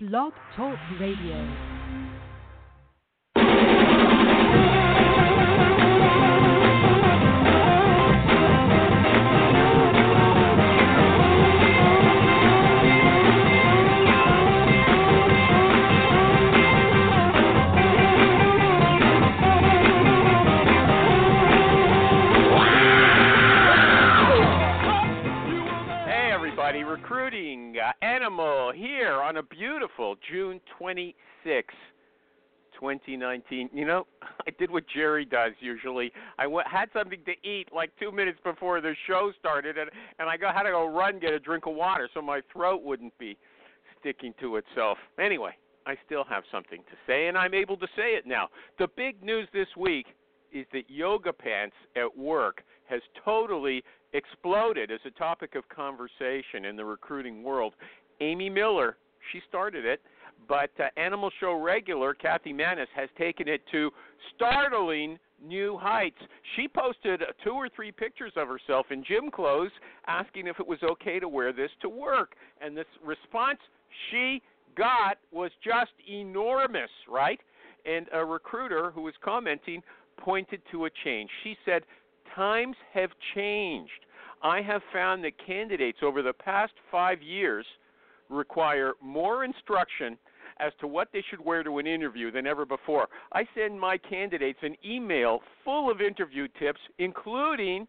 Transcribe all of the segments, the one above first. Blog Talk Radio. Hey, everybody. Recruiting uh, Animal here on a beautiful June 26, 2019. You know, I did what Jerry does usually. I went, had something to eat like two minutes before the show started, and, and I got, had to go run get a drink of water so my throat wouldn't be sticking to itself. Anyway, I still have something to say, and I'm able to say it now. The big news this week is that yoga pants at work has totally exploded as a topic of conversation in the recruiting world. Amy Miller, she started it, but uh, Animal Show regular Kathy Manis has taken it to startling new heights. She posted uh, two or three pictures of herself in gym clothes asking if it was okay to wear this to work, and this response she got was just enormous, right? And a recruiter who was commenting pointed to a change. She said, Times have changed. I have found that candidates over the past five years require more instruction as to what they should wear to an interview than ever before. I send my candidates an email full of interview tips, including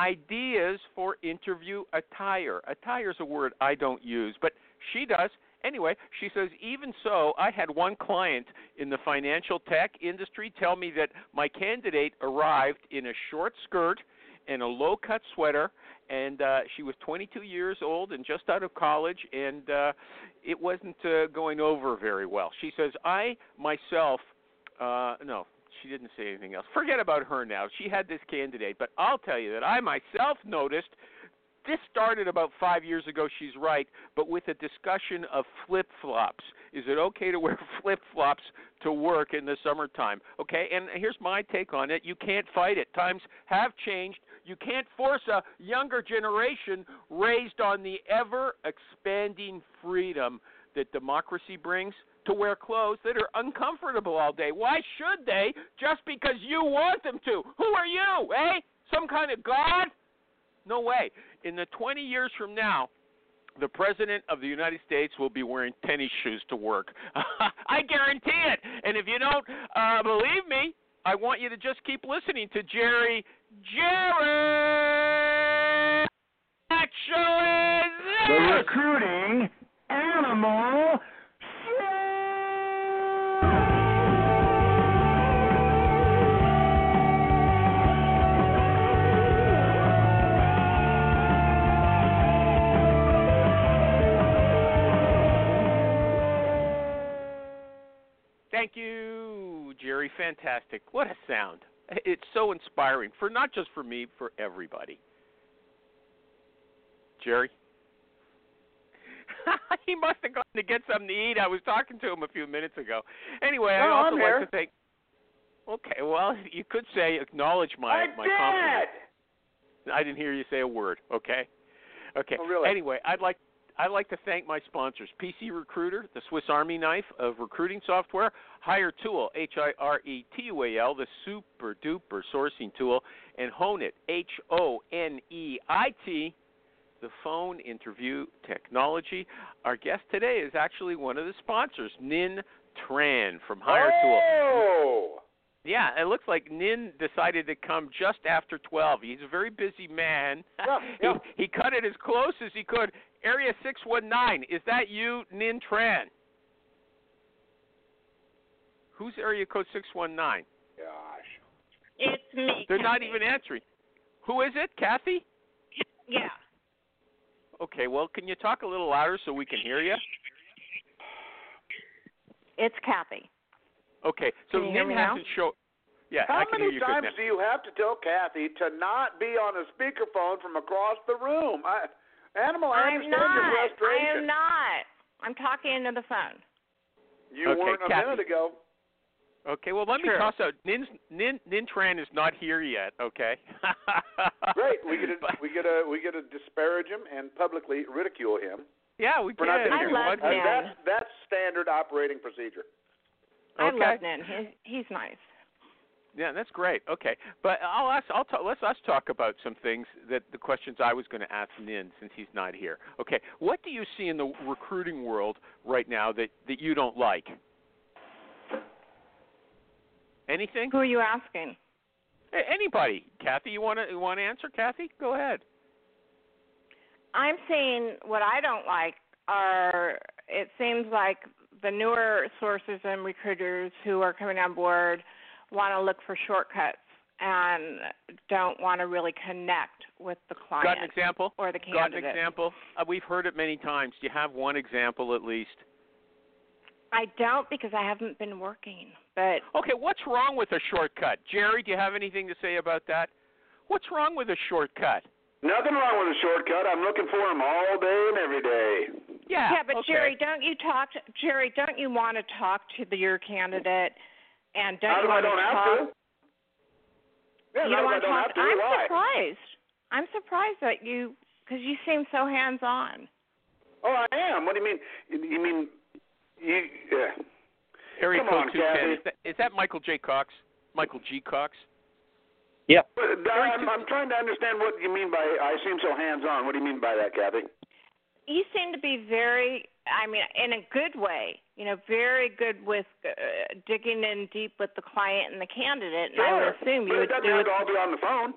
ideas for interview attire. Attire is a word I don't use, but she does. Anyway, she says, even so, I had one client in the financial tech industry tell me that my candidate arrived in a short skirt and a low cut sweater, and uh, she was 22 years old and just out of college, and uh, it wasn't uh, going over very well. She says, I myself, uh, no, she didn't say anything else. Forget about her now. She had this candidate, but I'll tell you that I myself noticed this started about five years ago, she's right, but with a discussion of flip flops. Is it okay to wear flip flops to work in the summertime? Okay, and here's my take on it you can't fight it. Times have changed. You can't force a younger generation raised on the ever expanding freedom that democracy brings to wear clothes that are uncomfortable all day. Why should they? Just because you want them to. Who are you, eh? Some kind of god? No way. In the 20 years from now, the president of the United States will be wearing tennis shoes to work. I guarantee it. And if you don't uh, believe me, I want you to just keep listening to Jerry. Jerry The actually. is- recruiting animal. Thank you, Jerry. Fantastic. What a sound. It's so inspiring for not just for me, for everybody. Jerry? he must have gone to get something to eat. I was talking to him a few minutes ago. Anyway, No, I also I'm like here. to thank. Okay, well, you could say acknowledge my I my did. compliment. I didn't hear you say a word. Okay. Okay. Oh, really? Anyway, I'd like I'd like to thank my sponsors: PC Recruiter, the Swiss Army knife of recruiting software; Hire Tool, H I R E T U A L, the super duper sourcing tool; and Hone It, H O N E I T, the phone interview technology. Our guest today is actually one of the sponsors, Nin Tran from Hire Tool. Oh. Yeah, it looks like Nin decided to come just after 12. He's a very busy man. Yeah, yeah. He, he cut it as close as he could. Area 619, is that you, Nin Tran? Who's area code 619? Gosh. It's me. They're not Kathy. even answering. Who is it, Kathy? Yeah. Okay, well, can you talk a little louder so we can hear you? It's Kathy. Okay, so Can you hear Nim me now? hasn't shown. Yeah, I How can hear many you good times now. do you have to tell Kathy to not be on a speakerphone from across the room? I, Animal, I I'm understand not. your I frustration. am not. I'm talking into the phone. You Okay, weren't a Kathy. minute ago. Okay, well, let Sure. me toss out. Nin's, Nin, Nin Tran is not here yet, okay? Great. We get to, But- we get to we get to disparage him and publicly ridicule him. yeah, we for can. not being I here. love Uh, him. That's that's standard operating procedure. I Okay. love Nin. He's, he's nice. Yeah, that's great. Okay, but I'll ask. I'll talk, let's us talk about some things that the questions I was going to ask Nin since he's not here. Okay, what do you see in the recruiting world right now that that you don't like? Anything? Who are you asking? A- Anybody? Kathy, you want to you want to answer? Kathy, go ahead. I'm seeing what I don't like are it seems like the newer sources and recruiters who are coming on board want to look for shortcuts and don't want to really connect with the client Got an example? or the Got an candidate. example? Uh, we've heard it many times. Do you have one example at least? I don't because I haven't been working. But Okay, what's wrong with a shortcut? Jerry, do you have anything to say about that? What's wrong with a shortcut? Nothing wrong with a shortcut. I'm looking for him all day and every day. Yeah. yeah, but okay. Jerry, don't you talk? To, Jerry, don't you want to talk to the, your candidate? And don't Not you if I want don't to have talk? to. Yeah, you don't not if I want to don't talk. have to. I'm Why? surprised. I'm surprised that you, because you seem so hands on. Oh, I am. What do you mean? You you mean you? Yeah. Area Come code on, 210. Kathy. Is that, is that Michael J. Cox? Michael G. Cox? But that- Uh, I'm, I'm trying to understand what you mean by I seem so hands-on. What do you mean by that, Kathy? You seem to be very, I mean, in a good way. You know, very good with uh, digging in deep with the client and the candidate. And I would Sure. assume you but would it doesn't do have it. to all be on the phone.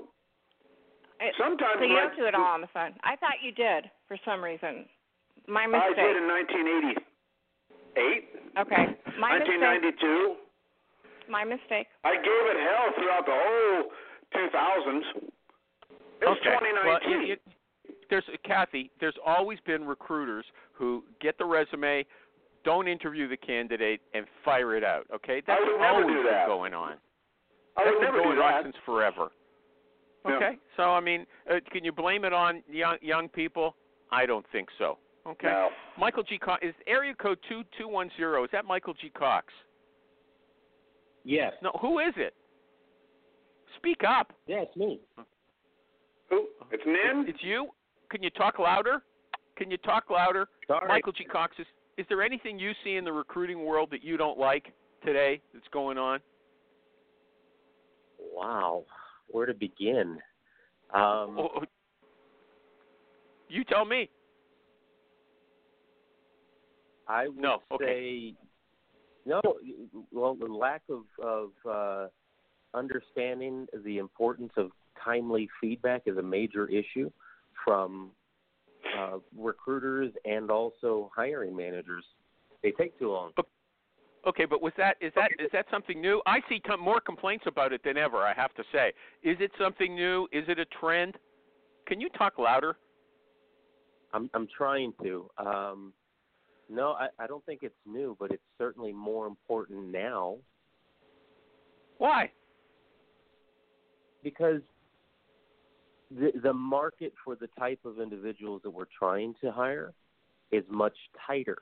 it- Sometimes so you my- don't do it all on the phone. I thought you did for some reason. My I mistake. did in 1988, Okay. My mistake. 1992. My mistake. I gave it hell throughout the whole 2000s. It's okay. Well, 2019. you- you- there's Kathy. There's always been recruiters who get the resume, don't interview the candidate, and fire it out. Okay, that's would never always do been that. going on. I That's would been never going do on that. since forever. Yeah. Okay, so I mean, uh, can you blame it on young young people? I don't think so. Okay, No. Michael G. Cox is area code two two one zero. Is that Michael G. Cox? Yes. No, who is it? Speak up. Yes, me. Who? It's Nin. It's you. Can you talk louder? Can you talk louder? Sorry. Michael G. Cox, is, is there anything you see in the recruiting world that you don't like today that's going on? Wow. Where to begin? Um, Oh, oh, you tell me. I would no, say no. Well, the lack of of uh, understanding the importance of timely feedback is a major issue from uh, recruiters and also hiring managers. They take too long. Okay, but was that is that is that something new? I see com- more complaints about it than ever. I have to say, is it something new? Is it a trend? Can you talk louder? I'm I'm trying to. Um, no, I, I don't think it's new, but it's certainly more important now Why? because the the market for the type of individuals that we're trying to hire is much tighter.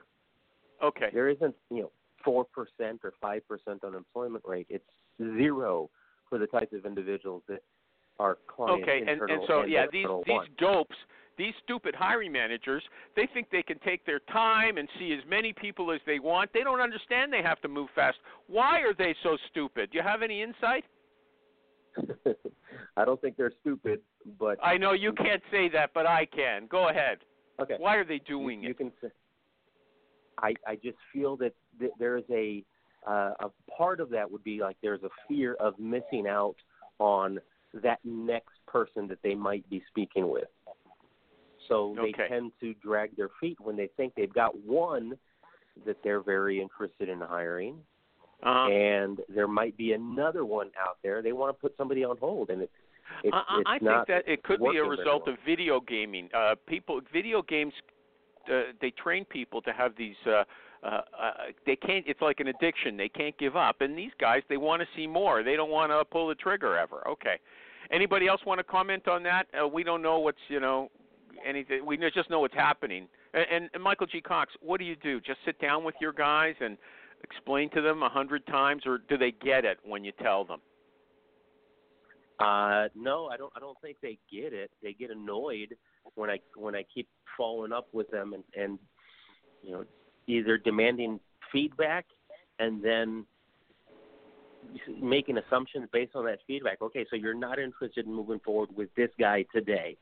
Okay, There isn't, you know, four percent or five percent unemployment rate. It's zero for the type of individuals that our clients okay, and internal and so yeah, these external these want. dopes, these stupid hiring managers, they think they can take their time and see as many people as they want. They don't understand they have to move fast. Why are they so stupid? Do you have any insight? I don't think they're stupid, but I know you can't say that, but I can. Go ahead. okay. Why are they doing you, it? You can. s- I I just feel that th- there is a uh, a part of that would be like there's a fear of missing out on that next person that they might be speaking with. So they Okay. tend to drag their feet when they think they've got one that they're very interested in hiring, Uh, and there might be another one out there. They want to put somebody on hold, and it It's, I, it's I think not that it could be a working very result well. of video gaming. Uh, people, video games, uh, they train people to have these. Uh, uh, uh, they can't. It's like an addiction. They can't give up. And these guys, they want to see more. They don't want to pull the trigger ever. Okay. Anybody else want to comment on that? Uh, we don't know what's you know anything. We kn- just know what's happening. And, and Michael G. Cox, what do you do? Just sit down with your guys and explain to them a hundred times, or do they get it when you tell them? Uh, no, I don't. I don't think they get it. They get annoyed when I when I keep following up with them and and you know either demanding feedback and then making assumptions based on that feedback. Okay, so you're not interested in moving forward with this guy today,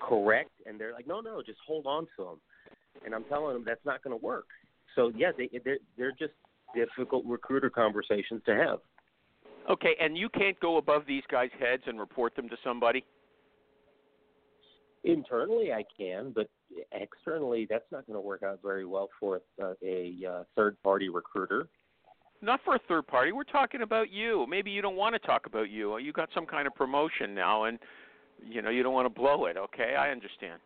correct? And they're like, no, no, just hold on to him. And I'm telling them that's not going to work. So yeah, they they're, they're just difficult recruiter conversations to have. Okay, and you can't go above these guys' heads and report them to somebody. Internally, I can, but externally, that's not going to work out very well for uh, a uh, third-party recruiter. Not for a third party. We're talking about you. Maybe you don't want to talk about you. You got some kind of promotion now, and you know you don't want to blow it. Okay, I understand.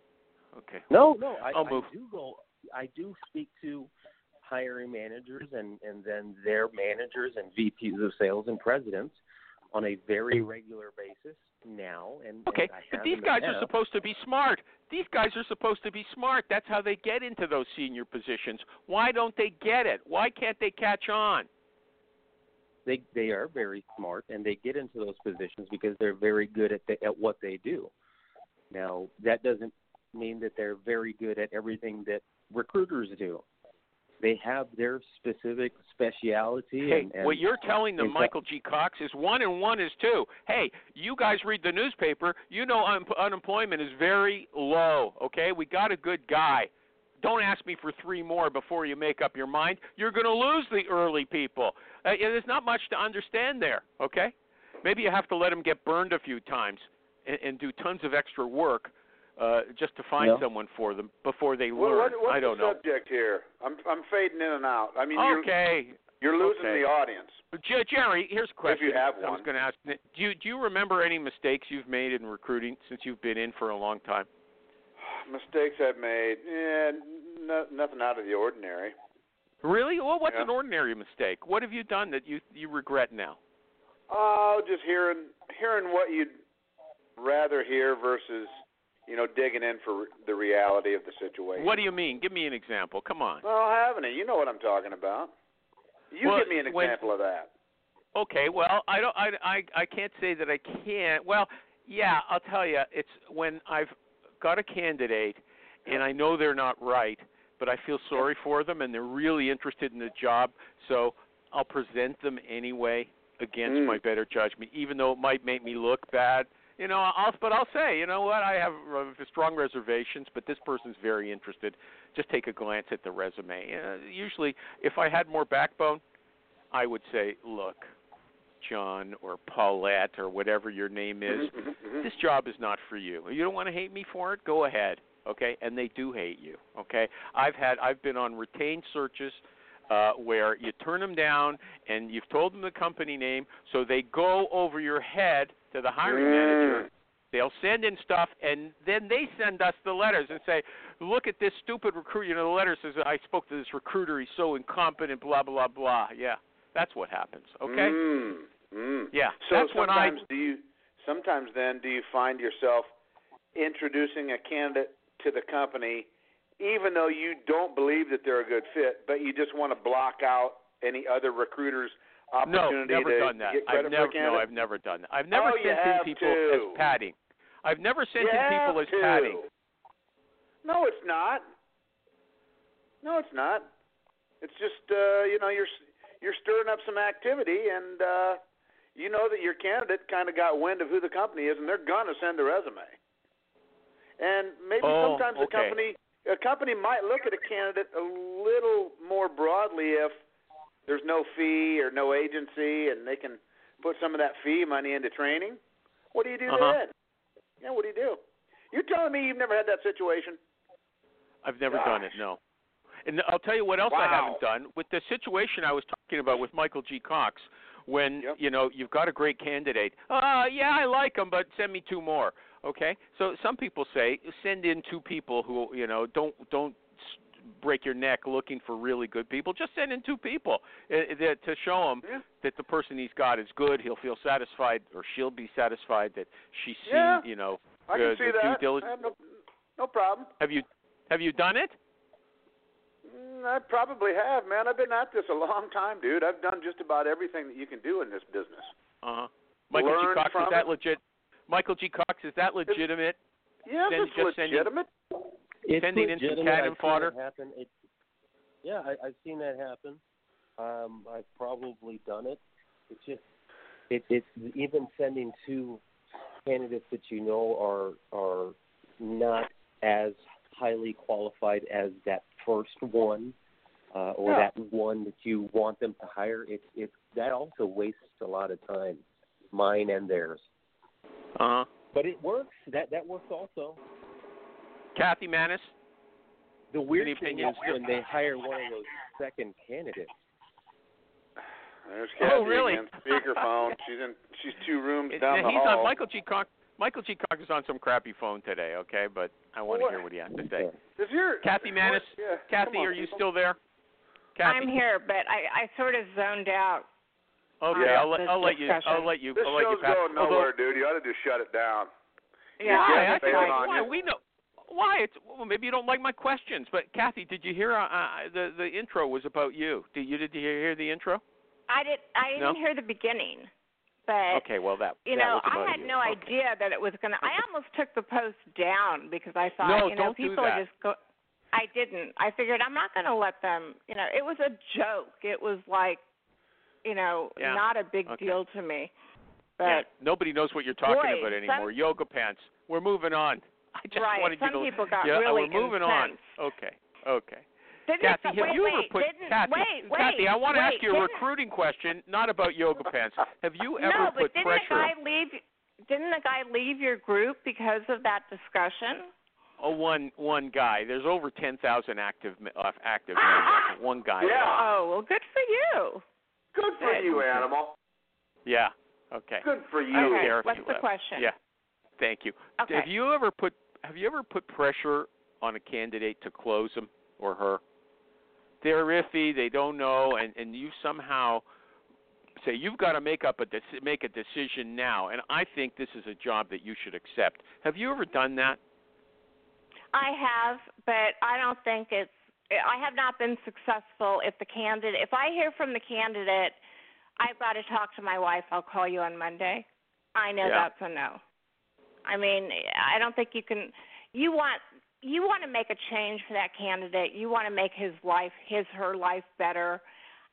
Okay. No, Oh, no, I, I'll I move. do go. I do speak to hiring managers and and then their managers and VPs of sales and presidents on a very regular basis now. And and Okay, I but have these in the guys are past. supposed to be smart. These guys are supposed to be smart. That's how they get into those senior positions. Why don't they get it? Why can't they catch on? they they are very smart and they get into those positions because they're very good at the, at what they do. Now that doesn't mean that they're very good at everything that recruiters do. They have their specific speciality. Hey, and, and what you're telling them, in fact- Michael G. Cox, is one and one is two. Hey, you guys read the newspaper. You know un- unemployment is very low. Okay, we got a good guy. Don't ask me for three more before you make up your mind. You're going to lose the early people. Uh, yeah, there's not much to understand there. Okay, maybe you have to let them get burned a few times and, and do tons of extra work uh, just to find Yeah. someone for them before they What, learn. what, what's I don't the know. subject here? I'm I'm fading in and out. I mean, okay, you're you're losing okay. the audience. Jer- Jerry, here's a question. you have I was one. going to ask. Nick. Do you do you remember any mistakes you've made in recruiting since you've been in for a long time? Mistakes I've made. Yeah, no, nothing out of the ordinary. Really? Well, what's Yeah. an ordinary mistake? What have you done that you you regret now? Oh, just hearing hearing what you'd rather hear versus you know digging in for the reality of the situation. What do you mean? Give me an example. Come on. Well, haven't it? You know what I'm talking about. You Well, give me an when- example of that. Okay. Well, I don't. I I I can't say that I can't. Well, yeah, I'll tell you. It's when I've got a candidate and I know they're not right, but I feel sorry for them and they're really interested in the job, so I'll present them anyway against Mm. my better judgment, even though it might make me look bad. You know, I'll but I'll say, you know what? I have uh, strong reservations, but this person's very interested. Just take a glance at the resume. Uh, usually, if I had more backbone, I would say, look, John or Paulette or whatever your name is, this job is not for you. You don't want to hate me for it? Go ahead. Okay? And they do hate you. Okay? I've had I've been on retained searches uh, where you turn them down and you've told them the company name, so they go over your head to the hiring manager. They'll send in stuff, and then they send us the letters and say, "Look at this stupid recruiter." You know, the letter says, "I spoke to this recruiter. He's so incompetent." Blah blah blah. Yeah, that's what happens. Okay. Mm, mm. Yeah, So that's when I- sometimes do you sometimes then do you find yourself introducing a candidate to the company even though you don't believe that they're a good fit, but you just want to block out any other recruiters No, opportunity never to done that. get I've credit never for a no, candidate? I've never done that. I've never Oh, you sent in have people to. as padding. I've never sent You in people have as to. padding. No, it's not. No, it's not. It's just uh, you know you're you're stirring up some activity, and uh, you know that your candidate kind of got wind of who the company is, and they're gonna send a resume. And maybe Oh, sometimes a okay. company a company might look at a candidate a little more broadly if there's no fee or no agency, and they can put some of that fee money into training. What do you do Uh-huh. then? Yeah, what do you do? You're telling me you've never had that situation? I've never done it. No. And I'll tell you what else I Wow. haven't done with the situation I was talking about with Michael G. Cox. when Yep. you know you've got a great candidate. Uh yeah, I like him, but send me two more. Okay, so some people say send in two people who you know don't don't s- break your neck looking for really good people. Just send in two people uh, that to show him Yeah. that the person he's got is good. He'll feel satisfied, or she'll be satisfied that she's seen Yeah. you know I can uh, see the due that. diligence. I have no, no problem. Have you have you done it? Mm, I probably have, man. I've been at this a long time, dude. I've done just about everything that you can do in this business. Uh huh. Michael G. Uh-huh. Learn Cox is from that it. legit? Michael G. Cox is that legitimate? Yeah, Then it's just send you- legitimate. It's Sending in some legitimate. cannon I've seen fodder. it Happen. It, yeah, I, I've seen that happen. Um, I've probably done it. It's just it, it's even sending two candidates that you know are are not as highly qualified as that first one uh, or Yeah. that one that you want them to hire. It's it's that also wastes a lot of time, mine and theirs. Uh Uh-huh. huh. But it works. That that works also. Kathy Manis. The weird Any thing opinions? is when they hire one of those second candidates. There's Oh, Kathy really? again, speakerphone. she's in. She's two rooms It- down he's the hall. on Michael G. Cox. Michael G. Cox is on some crappy phone today. Okay, but I want to What? hear what he has to say. Does your Kathy Manis. Yeah, Kathy, come on, are you people. still there? Kathy. I'm here, but I, I sort of zoned out. Okay, Yeah. I'll let I'll let you I'll Discussion. let you This I'll let you show's pass. going Although- nowhere, dude. You ought to just shut it down. Yeah, Yeah, Why? I I that's was think fine. like, on why you. we know. Why it's well maybe you don't like my questions, but Kathy, did you hear uh, uh, the the intro was about you? Did you did you hear the intro? I did. I No? didn't hear the beginning, but Okay, well that Eh, you that know, was about I had you. no Okay. idea that it was gonna. I almost took the post down because I thought, No, you know, don't do people that. are just go. I didn't. I figured I'm not gonna let them. You know, it was a joke. It was like, you know, Yeah. not a big Okay. deal to me. But Yeah, nobody knows what you're talking Boy, about some- anymore. Yoga pants. We're moving on. I just Right, wanted some you to. people got yeah, really we're moving incensed. on. Okay. Okay. didn't Kathy, wait, have you wait, ever put didn't, Kathy? wait, wait, Kathy, I want to wait, ask you a didn't- recruiting question, not about yoga pants. Have you ever no, put but didn't pressure? the guy leave? Didn't the guy leave your group because of that discussion? Oh, one one guy. There's over ten thousand active me- uh, active members. One guy. Yeah. Oh well, good for you. Good for Good. you, animal. Yeah. Okay. Good for you. I don't Okay, care if what's you the left. question? Yeah. Thank you. Okay. Have you ever put Have you ever put pressure on a candidate to close him or her? They're iffy. They don't know, and and you somehow say you've got to make up a dec- make a decision now. And I think this is a job that you should accept. Have you ever done that? I have, but I don't think it's. I have not been successful. If the candidate, if I hear from the candidate, I've got to talk to my wife. I'll call you on Monday. I know Yeah. that's a no. I mean, I don't think you can. You want you want to make a change for that candidate. You want to make his life, his her life better.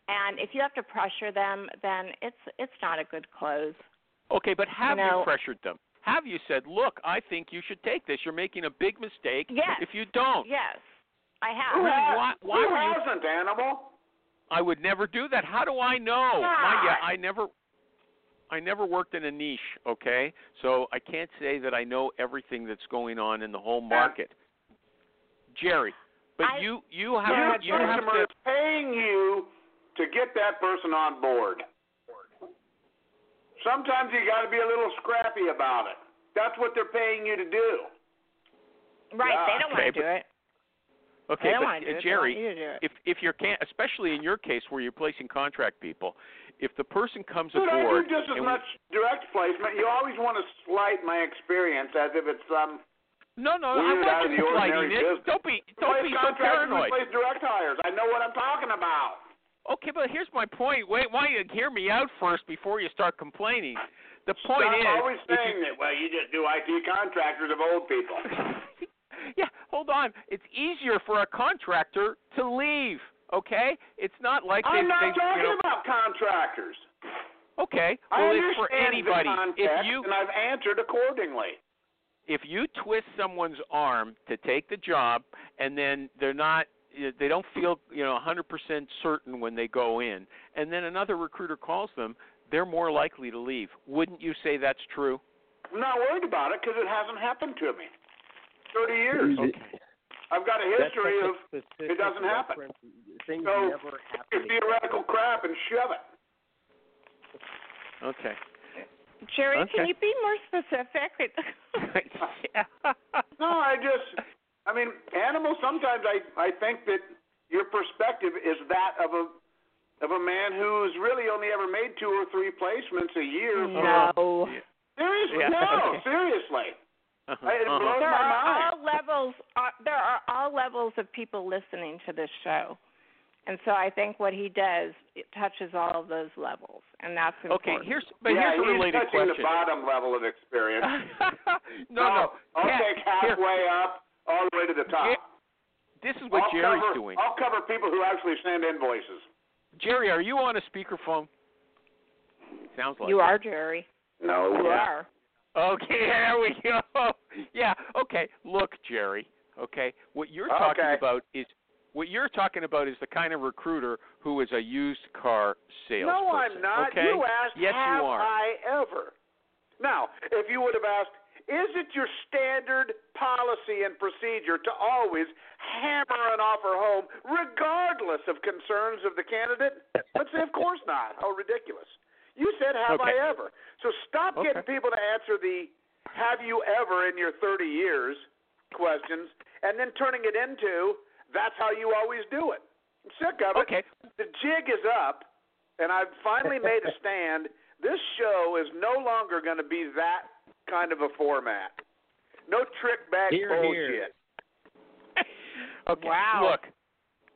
And if you have to pressure them, then it's it's not a good close. Okay, but have you, know- pressured them? Have you said, "Look, I think you should take this. You're making a big mistake Yes. if you don't." Yes, I have. Who, has, Why- why who were you- hasn't, animal? I would never do that. How do I know? My, yeah, I never I never worked in a niche, okay? So I can't say that I know everything that's going on in the whole market. Jerry, but I- you you have Yeah, Your you have customer to is paying you to get that person on board. Sometimes you got to be a little scrappy about it. That's what they're paying you to do. Right? Yeah, they don't want okay, to but- do it. Okay, they don't but want to do uh, it. Jerry, they want you to do it. if if you're can especially in your case where you're placing contract people, if the person comes Dude, I do aboard just as and much direct placement. You always want to slight my experience as if it's some. No, no, Weird, I out of want you the to ordinary lighten it. business. Don't be, don't place be so contractors and paranoid. Place direct hires. I know what I'm talking about. Okay, but here's my point. Wait, why don't you hear me out first before you start complaining? The point Stop is, always if saying that. Well, you just do IT contractors of old people. you- yeah, hold on. It's easier for a contractor to leave. Okay, it's not like they, I'm not they, talking you know, about contractors. Okay, I well, understand it's for anybody. the context, If you and I've answered accordingly. if you twist someone's arm to take the job and then they're not they don't feel you know 100% certain when they go in and then another recruiter calls them they're more likely to leave wouldn't you say that's true I'm not worried about it because it hasn't happened to me. 30 years. I've got a That's history such a of specific doesn't happen. reference. Things So, never happen. theoretical crap and shove it. Okay. Jerry, Okay. can you be more specific? Uh-huh. No, I just, I mean, animals. Sometimes I, I think that your perspective is that of a, of a man who's really only ever made two or three placements a year. For, no. seriously, Mm-hmm. Yeah, no, okay. seriously. Uh-huh, I- it uh-huh. blows There my are mind. all levels. Uh, there are all levels of people listening to this show, and so I think what he does it touches all of those levels, and that's Okay, important. here's but here's a yeah, he's related touching the question. Uh, bottom level of experience. no, no. I'll Kat, take here, halfway up, all the way to the top. Jer- this is what I'll Jerry's cover, doing. I'll cover people who actually send invoices. Jerry, are you on a speakerphone? Sounds like you it. are Jerry. No, You Yeah. are. Okay, there we go. Yeah. Okay. Look, Jerry. Okay, what you're talking Okay. about is what you're talking about is the kind of recruiter who is a used car salesman. No, I'm not. Okay? You asked, Yes, have you are. I ever? Now, if you would have asked, is it your standard policy and procedure to always hammer an offer home regardless of concerns of the candidate? Let's say, of course not. How ridiculous. You said, have Okay. I ever? So stop Okay. getting people to answer the have you ever in your 30 years questions and then turning it into that's how you always do it. I'm sick of it. Okay. The jig is up, and I've finally made a stand. This show is no longer going to be that kind of a format. No trick bag Hear, hear. bullshit. Okay. Wow. Look,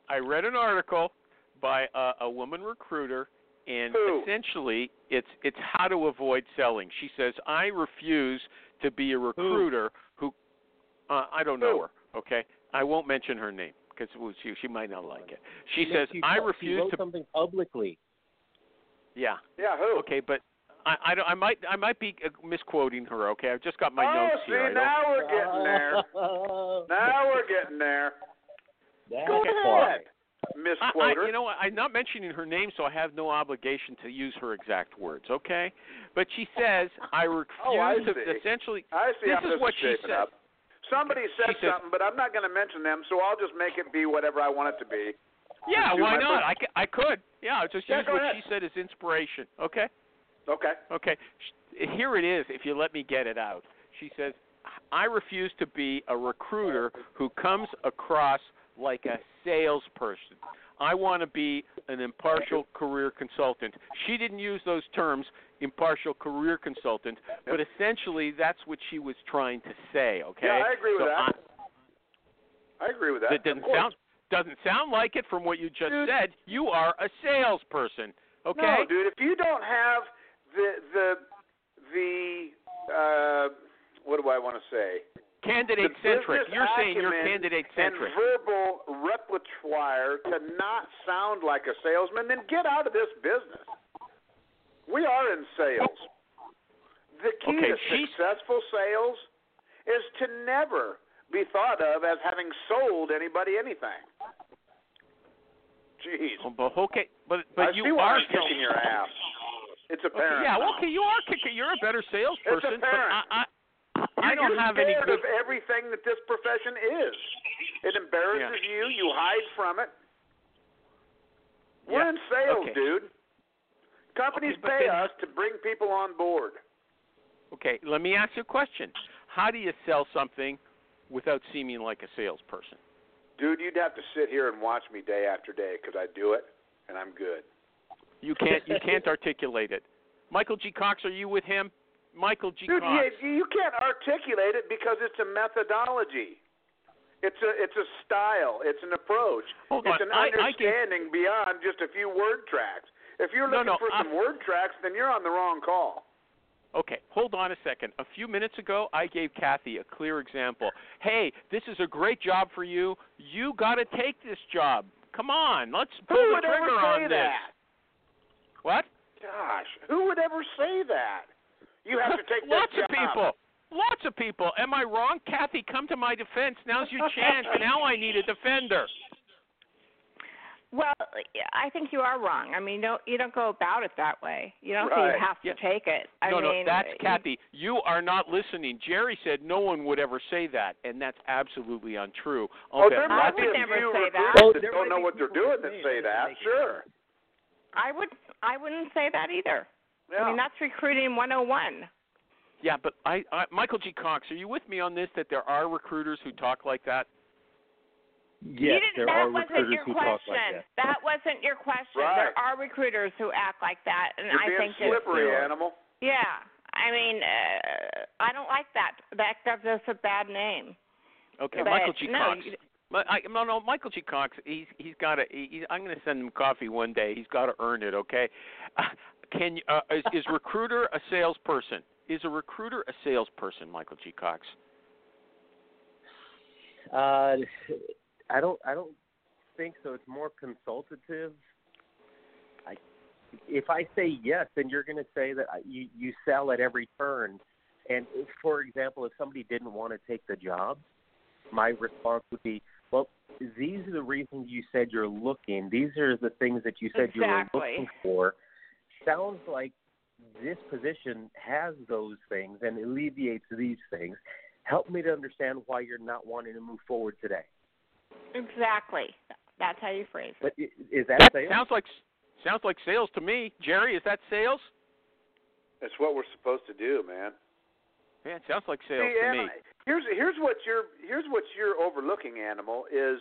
I read an article by a, a woman recruiter, and Who? essentially, it's it's how to avoid selling. She says, "I refuse to be a recruiter who, uh, I don't know Who? her. Okay, I won't mention her name because it was you. She might not like it. She Nick, says, she "I wrote- she refuse wrote to." something publicly. Yeah. Yeah, who? Okay, but. I, I, don't- I might I might be uh, misquoting her. Okay, I've just got my oh, notes see, here. I don't- now we're getting there. Now we're getting there. That Go part. ahead, Miss I- I, Quoter. you know what? I'm not mentioning her name, so I have no obligation to use her exact words. Okay, but she says I refuse Oh, I to see. essentially. I see this how is this what is she shaping said. up. Somebody She said said- something, but I'm not going to mention them, so I'll just make it be whatever I want it to be. Yeah, Just do why my not? best. I, c- I could. Yeah, I'll just Yeah, use go what ahead. she said as inspiration. Okay, Okay. okay. Sh- Here it is. If you let me get it out, she says, I refuse to be a recruiter who comes across like a salesperson. I want to be an impartial career consultant. She didn't use those terms, impartial career consultant, but essentially that's what she was trying to say, okay? Yeah, I agree with So uh, that. I agree with that. that doesn't Of course. sound doesn't sound like it from what you just Dude. said. You are a salesperson, okay? No, dude. If you don't have the the the uh, what do I want to say? Candidate The centric. business You're saying you're acumen candidate centric. And verbal repertoire to not sound like a salesman, then get out of this business. We are in sales. The key Okay, to she- successful sales is to never be thought of as having sold anybody anything. Jeez. Oh, but okay, but but I you see are why I'm kicking your ass. It's Okay, apparent. yeah, now. well, okay, you are kicking. You're a better salesperson, but I apparent. I, I You're- don't you're have any scared good. of everything that this profession is. It embarrasses you. You hide from it. We're Yeah, in sales, okay. dude. Companies Okay, but pay then- us to bring people on board. Okay, let me ask you a question. How do you sell something without seeming like a salesperson? Dude, you'd have to sit here and watch me day after day because I do it and I'm good. You can't you can't articulate it. Michael G. Cox, are you with him? Michael G. Dude, Cox. you, you can't articulate it because it's a methodology. It's a it's a style. It's an approach. Hold it's on, an I- I can- understanding beyond just a few word tracks. If you're No, looking no, for some I- word tracks, then you're on the wrong call. Okay, hold on a second. A few minutes ago, I gave Kathy a clear example. Hey, this is a great job for you. You got to take this job. Come on, let's pull Who the would ever trigger say on this. that? What? Gosh, who would ever say that? You have to take Lots this of job. people. Lots of people. Am I wrong, Kathy? Come to my defense. Now's your chance. now I need a defender. Well, I think you are wrong. I mean, no, you don't go about it that way. You don't say Right. you have to Yeah. take it. I no, mean, no, that's uh, you- Kathy. You are not listening. Jerry said no one would ever say that, and that's absolutely untrue. I'll Oh, bet there I lots might of be a would never few say that. recruiters Oh, that there don't might know be what they're people who doing that say it, but they say that. make it Sure. I would, I wouldn't say that either. Yeah. I mean, that's recruiting 101. Yeah, but I, I Michael G. Cox, are you with me on this that there are recruiters who talk like that? Yes, you didn't, there that are wasn't recruiters your who question. talk like that. wasn't your question. Right. There are recruiters who act like that, and You're I being think it's slippery, Yeah. animal. yeah. I mean, uh, I don't like that. That gives us a bad name. Okay, But Michael G. no, Cox. you- My, I, no, no, Michael G. Cox. He's he's got to. He, he's- I'm going to send him coffee one day. He's got to earn it. Okay. Uh, can you- uh, is, is recruiter a salesperson? Is a recruiter a salesperson, Michael G. Cox? Uh, I don't. I don't think so. It's more consultative. I, if I say yes, then you're going to say that I- you you sell at every turn. And if, for example, if somebody didn't want to take the job, my response would be, "Well, these are the reasons you said you're looking. These are the things that you said you Exactly. were looking for." Sounds like this position has those things and alleviates these things. Help me to understand why you're not wanting to move forward today. Exactly. That's how you phrase it. But i- is that, sales? sounds like sounds like sales to me. Jerry, is that sales? That's what we're supposed to do, man. Yeah, it sounds like See, sales to me. and I- here's here's what you're here's what you're overlooking, animal, is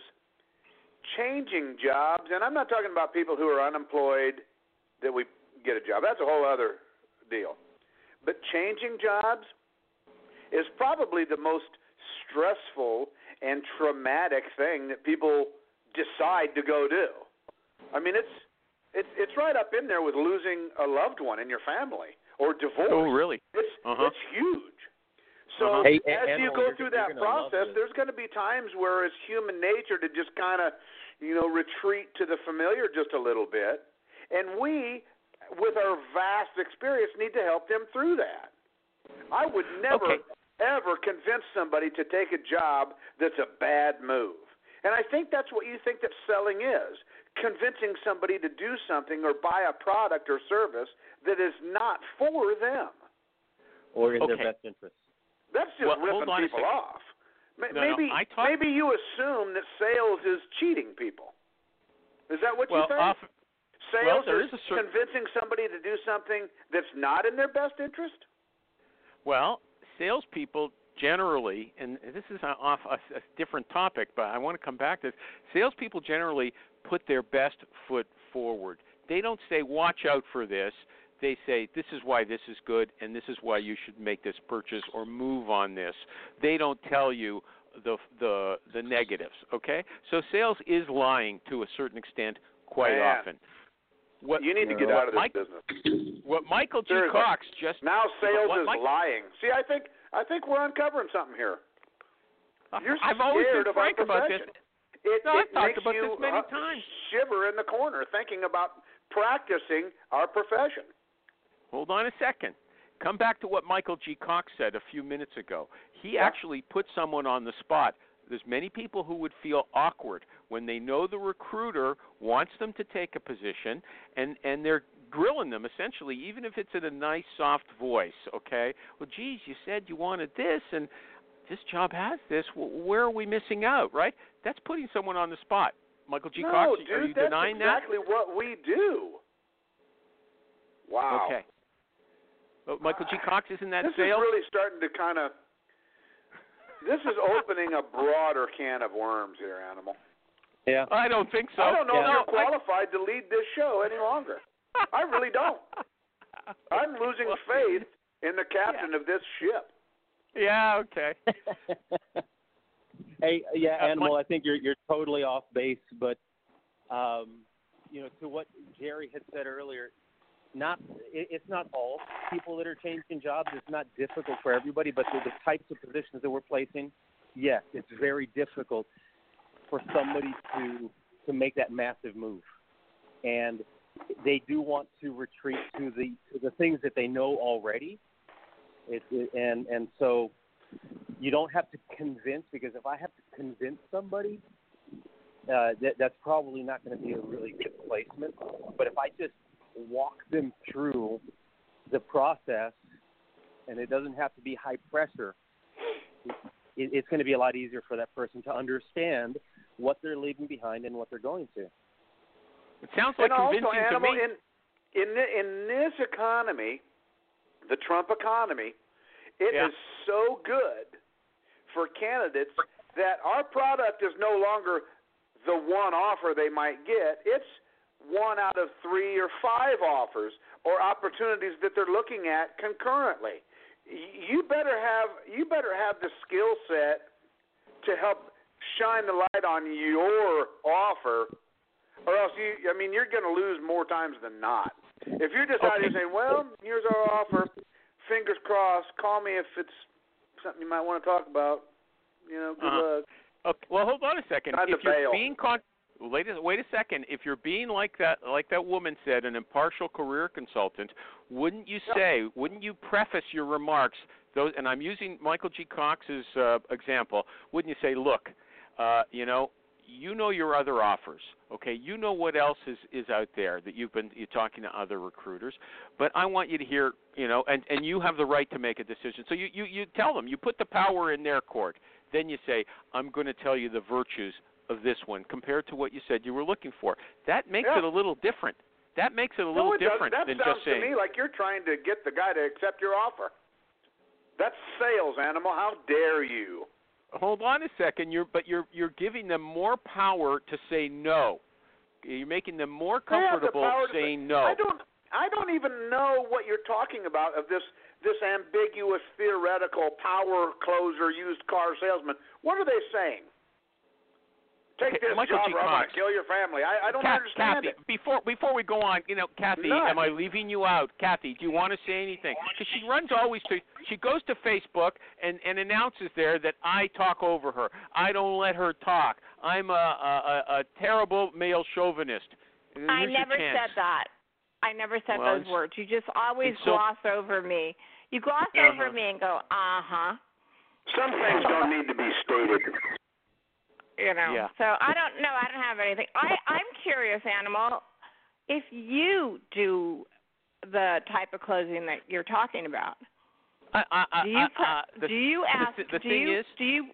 changing jobs, and I'm not talking about people who are unemployed that we get a job. That's a whole other deal. But changing jobs is probably the most stressful and traumatic thing that people decide to go do. I mean, it's it's it's right up in there with losing a loved one in your family or divorce. Oh, really? It's Uh-huh. it's huge. Uh-huh. So Hey, as An- you Animal, go you're- through you're that gonna love process, this. there's going to be times where it's human nature to just kind of, you know, retreat to the familiar just a little bit, and we, with our vast experience, need to help them through that. I would never Okay. ever convince somebody to take a job that's a bad move. And I think that's what you think that selling is convincing somebody to do something or buy a product or service that is not for them. or in Okay. their best interest? That's just Well, hold ripping on a people second. off. Ma- No, no, maybe I talk- maybe you assume that sales is cheating people. Is that what well, you think? off, well, sales there is is a certain- convincing somebody to do something that's not in their best interest. Well, salespeople generally, and this is a- off a, a different topic, but I want to come back to this. Salespeople generally put their best foot forward. They don't say, watch out for this. They say, this is why this is good, and this is why you should make this purchase or move on this. They don't tell you the the the negatives. Okay, so sales is lying to a certain extent quite Man. often. What you need to get what out of this Mike- business. What Michael G. Seriously. Cox just Now sales what is Mike- lying. See, I think I think we're uncovering something here. You're I've always scared been of our frank about this. profession. It, No, I've it talked makes about you this many uh, times. shiver in the corner thinking about practicing our profession. Hold on a second. Come back to what Michael G. Cox said a few minutes ago. He Yeah. actually put someone on the spot. There's many people who would feel awkward when they know the recruiter wants them to take a position and and they're grilling them essentially even if it's in a nice soft voice, okay? Well, geez, you said you wanted this and this job has this. W- Where are we missing out, right? That's putting someone on the spot. Michael G. no, Cox, dude, are you that's denying that? exactly what we do. Wow. Okay. But Michael G. Cox isn't that This sales? is really starting to kind of. This is opening a broader can of worms here, animal. Yeah. I don't think so. I don't No, know if I- you're qualified to lead this show any longer. I really don't. I'm losing faith in the captain of this ship. yeah. Okay. hey, yeah, Uh, animal. I think you're you're totally off base, but um, you know, to what Jerry had said earlier, not it, it's not all people that are changing jobs. It's not difficult for everybody, but the, the types of positions that we're placing, yes, it's very difficult for somebody to to make that massive move, and they do want to retreat to the to the things that they know already. It, it, and and so you don't have to convince because if I have to convince somebody, uh, that that's probably not going to be a really good placement. But if I just walk them through the process, and it doesn't have to be high pressure, it, it's going to be a lot easier for that person to understand what they're leaving behind and what they're going to. It sounds like and also, convincing animal to me. in in thi- in this economy, the Trump economy, it is Yeah. so good for candidates that our product is no longer the one offer they might get. It's one out of three or five offers or opportunities that they're looking at concurrently. Y- You better have you better have the skill set to help shine the light on your offer, or else you. I mean, you're going to lose more times than not. If you're just out here saying, "Well, here's our offer," fingers crossed. Call me if it's something you might want to talk about. You know, good Uh-huh. luck. Okay, well, hold on a second. Time to if you're bail. being con- wait, a, wait a second. If you're being like that, like that woman said, an impartial career consultant, wouldn't you say? Wouldn't you preface your remarks? Those, and I'm using Michael G. Cox's uh, example. Wouldn't you say, look, uh, you know, you know your other offers. Okay, you know what else is is out there that you've been you're talking to other recruiters, but I want you to hear, you know, and and you have the right to make a decision. So you you you tell them, you put the power in their court. Then you say, I'm going to tell you the virtues of this one compared to what you said you were looking for. That makes Yeah. it a little different. That makes it a no, little it doesn't. different That than sounds just saying to me like you're trying to get the guy to accept your offer. That's sales, animal. How dare you? hold on a second you're but you're you're giving them more power to say no you're making them more They have the comfortable power to saying say- no I don't. I don't even know what you're talking about of this this ambiguous theoretical power closer used car salesman. What are they saying? Take Okay, this Michael job, G. or I'm gonna Cox. kill your family. I, I don't Ca- understand Kathy, it. before before we go on, you know, Kathy, Nuts. am I leaving you out? Kathy, do you want to say anything? Because she runs always to she goes to Facebook and and announces there that I talk over her. I don't let her talk. I'm a a, a, a terrible male chauvinist. I never said that. I never said Well, those it's- words. You just always it's so- gloss over me. You gloss Uh-huh. over me and go, uh huh. Some things don't need to be stated. You know. Yeah. So I don't know. I don't have anything. I I'm curious, animal. If you do the type of closing that you're talking about, I, I, I, do you I, pu- I- Uh, the, do you the ask? thi- the do thing you is- do you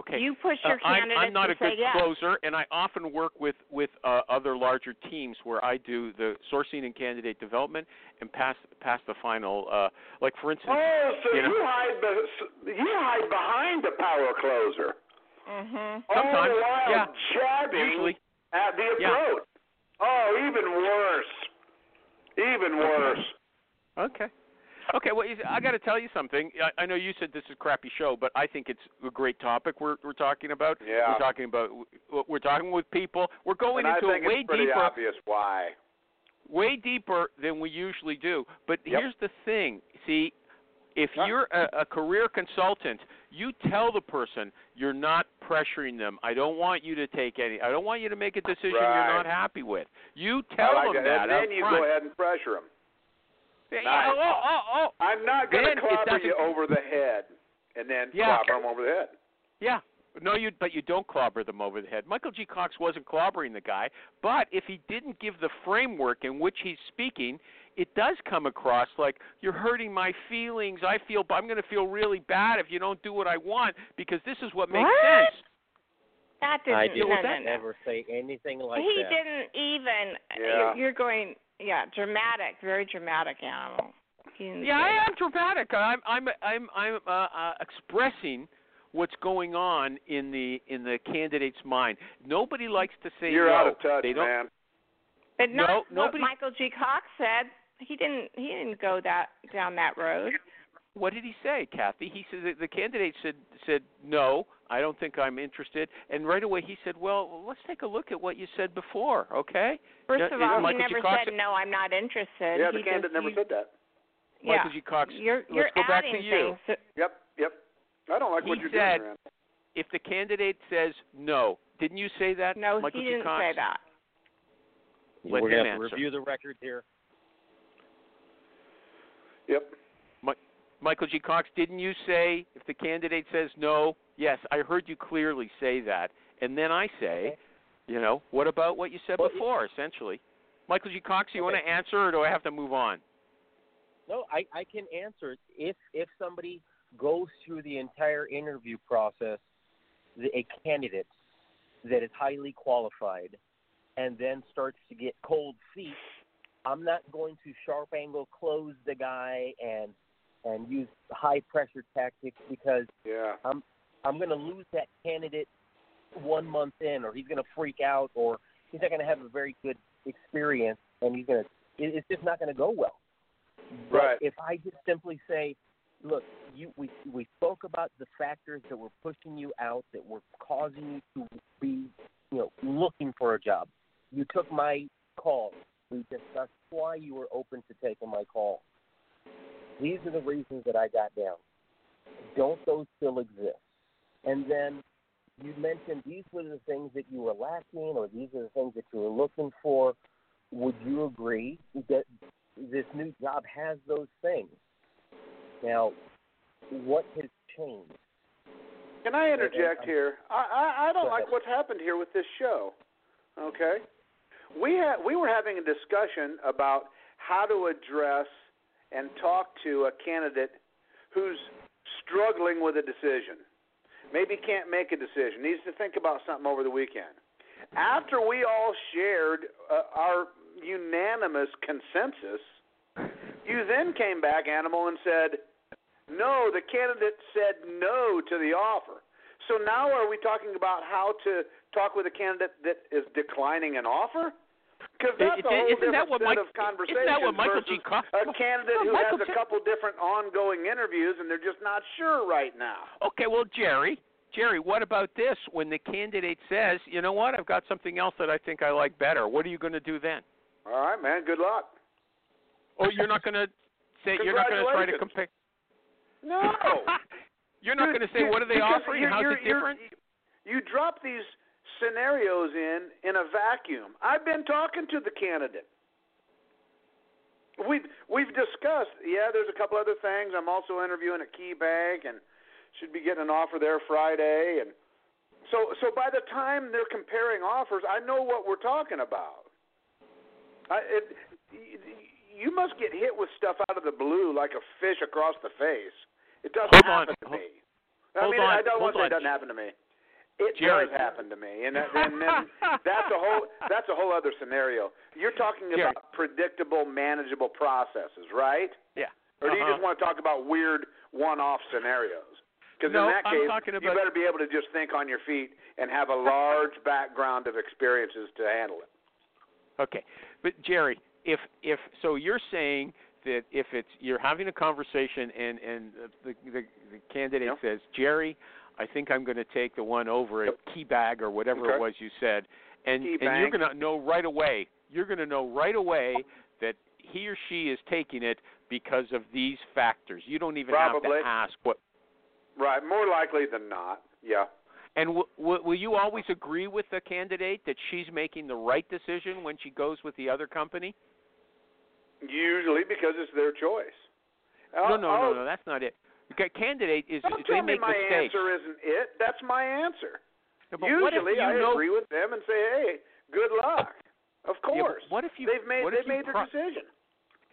okay. you push Uh, your I'm, candidates I'm not to a good say yes? closer, and I often work with with uh, other larger teams where I do the sourcing and candidate development and pass pass the final. Uh, like for instance, Oh, so You you, know? hide be, you hide behind the power closer. Mhm. Mm-hmm. Sometimes, All the while yeah. jabbing usually at the Yeah. approach. Oh, even worse. Even worse. Okay. Okay, well, you- I got to tell you something. I, I know you said this is a crappy show, but I think it's a great topic we're we're talking about. Yeah. We're talking about we're talking with people. We're going and into I it think way it's pretty deeper, obvious why. way deeper than we usually do. But Yep. here's the thing. See, if Yeah. you're a, a career consultant, you tell the person you're not pressuring them. I don't want you to take any. I don't want you to make a decision Right. you're not happy with. You tell I like them that. that. And up then you front. go ahead and pressure them. Yeah, Nice. oh, oh, oh. I'm not going Then to it clobber you doesn't- over the head, and then Yeah. clobber 'em over the head. Yeah. No, you but you don't clobber them over the head. Michael G. Cox wasn't clobbering the guy, but if he didn't give the framework in which he's speaking, it does come across like you're hurting my feelings. I feel I'm going to feel really bad if you don't do what I want because this is what makes What? sense. That didn't. I did no, no, no. never say anything like he that. didn't even. Yeah. You're, you're going, yeah, dramatic, very dramatic animal. He didn't Yeah, say I that. am dramatic. I'm I'm I'm I'm uh, uh, expressing what's going on in the in the candidate's mind. Nobody likes to say You're no. out of touch, they don't, man. But not No, what nobody- Michael G. Cox said. He didn't. He didn't go that down that road. what did he say, Kathy? He said that the candidate said said no, I don't think I'm interested. And right away he said, well, let's take a look at what you said before, okay? First Yeah, of is all, he Michael G. never Cox- said no. I'm not interested. Yeah, he the candidate just, never you, said that. Yeah. Michael G. Cox, You're let's you're go back to adding you. things. Yep, yep. I don't like He what you're said- doing, man. If the candidate says no, didn't you say that, No, Michael he G. didn't Cox? say that. Let We're him gonna have to answer. review the record here. Yep. Michael G. Cox, didn't you say if the candidate says no, yes, I heard you clearly say that. And then I say, Okay. you know, what about what you said Well, it- before, essentially? Michael G. Cox, you Okay. want to answer or do I have to move on? No, I, I can answer it. If if somebody goes through the entire interview process, the, a candidate that is highly qualified, and then starts to get cold feet I'm not going to sharp angle close the guy and and use high pressure tactics because Yeah. I'm I'm going to lose that candidate one month in, or he's going to freak out, or he's not going to have a very good experience, and he's going to it, it's just not going to go well. But Right. If I just simply say, look, you we we spoke about the factors that were pushing you out, that were causing you to be you know looking for a job. You took my call. We discussed why you were open to taking my call. These are the reasons that I got down don't those still exist? And then you mentioned these were the things that you were lacking, or these are the things that you were looking for. Would you agree that this new job has those things? Now, what has changed? Can I interject I'm- here? I, I, I don't Go like ahead. what's happened here with this show. Okay, we had we were having a discussion about how to address and talk to a candidate who's struggling with a decision. Maybe can't make a decision. Needs to think about something over the weekend. After we all shared uh, our unanimous consensus, you then came back, animal, and said, no, the candidate said no to the offer. So now are we talking about how to talk with a candidate that is declining an offer? Because that's It- it- a whole isn't different that what set Mike- of conversations isn't that what Michael G. versus Cox- a candidate No, who Michael has G- a couple different ongoing interviews and they're just not sure right now. Okay, well, Jerry, Jerry, what about this? When the candidate says, "You know what? I've got something else that I think I like better," what are you going to do then? All right, man. Good luck. Or you're not going to say you're not going to try to compare. Congratulations. No. You're not going to say what are they Because offering? you're- How's you're- it you're- different? You drop these scenarios in in a vacuum. I've been talking to the candidate. We've we've discussed. Yeah, there's a couple other things. I'm also interviewing at Key Bank and should be getting an offer there Friday. And so so by the time they're comparing offers, I know what we're talking about. I, it, y- y- you must get hit with stuff out of the blue like a fish across the face. It doesn't Hold on. happen to Hold- me. hold I mean, I on. don't Hold want to say on. it doesn't happen to me. It Jerry. does happen to me, and, that- and then that's a whole that's a whole other scenario. You're talking Jerry. about predictable, manageable processes, right? Yeah. Or do you Uh-huh. just want to talk about weird one-off scenarios? Because No, in that I'm case, talking you about- better be able to just think on your feet and have a large background of experiences to handle it. Okay, but Jerry, if if so, you're saying that if it's you're having a conversation and and the the, the candidate Yeah. says, Jerry, I think I'm going to take the one over at Key Bag or whatever it Okay. was you said, and Key and you're Bank. going to know right away. You're going to know right away that he or she is taking it because of these factors. You don't even Probably. have to ask what. Right. More likely than not. Yeah. And w- w- will you always agree with the candidate that she's making the right decision when she goes with the other company? Usually because it's their choice. No, I'll- no, I'll- no, no. That's not it. Okay, candidate is Oh, Don't they oh, tell me make my mistakes. answer isn't it. That's my answer. Yeah, but what if Usually, you I know, agree with them and say, "Hey, good luck." Of Yeah, but course. what if you- they've made what if they've you made their pro- decision?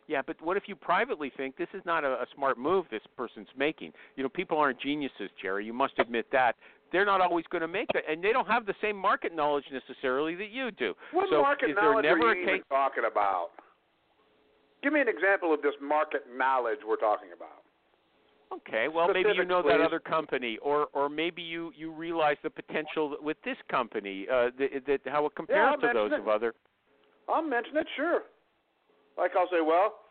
Yeah, but what if you privately think this is not a, a smart move this person's making? You know, people aren't geniuses, Jerry. You must admit that. They're not always going to make that, and they don't have the same market knowledge necessarily that you do. What so market is there knowledge never are a you case? even talking about? Give me an example of this market knowledge we're talking about. Okay, well maybe you Specific, know that please. other company, or or maybe you you realize the potential that- with this company, uh, that, that how it compares I'll to mention those it. of other. I'll mention it, sure. Like I'll say, well,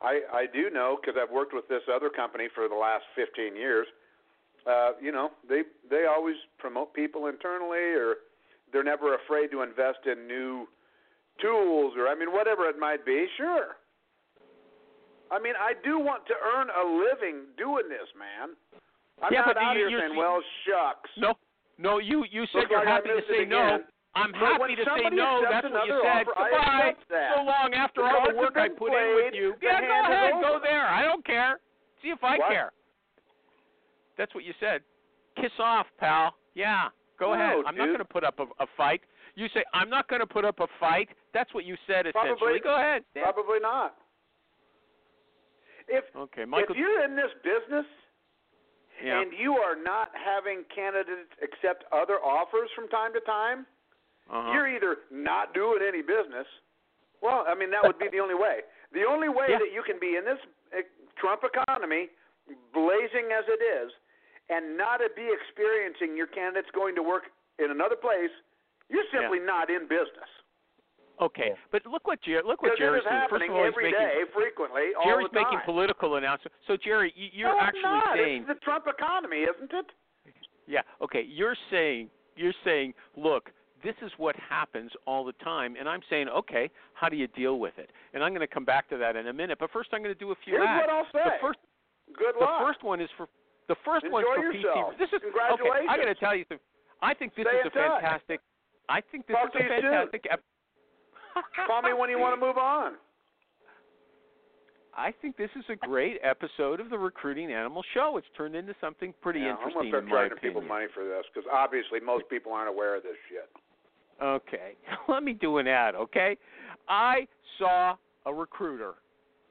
I I do know because I've worked with this other company for the last 15 years. Uh, you know, they they always promote people internally, or they're never afraid to invest in new tools, or I mean, whatever it might be. Sure. I mean, I do want to earn a living doing this, man. I'm Yeah, not but out you- here you're- saying, well, shucks. No, no, you you said Looks you're like I happy to missed it say no. again. I'm But happy when to say somebody no. That's accepts what you another said. offer, I Goodbye. accept that. So long after The all cards the work I have been put in with played, you. the yeah, hand go is ahead, go over. there. I don't care. See if I What? care. That's what you said. Kiss off, pal. Yeah, go No, ahead. I'm not dude. going to put up a, a fight. You say I'm not going to put up a fight. That's what you said essentially. Probably- go ahead. Yeah. Probably not. If Okay, Michael. if you're in this business yeah. and you are not having candidates accept other offers from time to time, uh-huh. you're either not doing any business Well, I mean that would be the only way. The only way Yeah. that you can be in this eh, Trump economy, blazing as it is, and not be experiencing your candidates going to work in another place, you're simply not in business. Okay, Yeah. but look what Jerry. Look what Because it Jerry's is doing. First happening of all, he's every making day, frequently, all Jerry's the time. making political announcements. So Jerry, you, you're no, it's actually not. saying, it's the Trump economy, isn't it? yeah, okay, you're saying, you're saying, look, this is what happens all the time, and I'm saying, okay, how do you deal with it? And I'm going to come back to that in a minute. But first, I'm going to do a few Here's ads. what I'll The say. first, Good the luck. first one is for the first one Enjoy for yourself. PT. This is okay. I Congratulations. got to tell you something. I think this Stay is in a touch. fantastic. I think this Talk is to a you soon. fantastic. ep- Call me when you want to move on. I think this is a great episode of the Recruiting Animal Show. It's turned into something pretty yeah, I'm interesting gonna in start my charging opinion. people money for this because obviously most people aren't aware of this shit. Okay, let me do an ad, okay? I saw a recruiter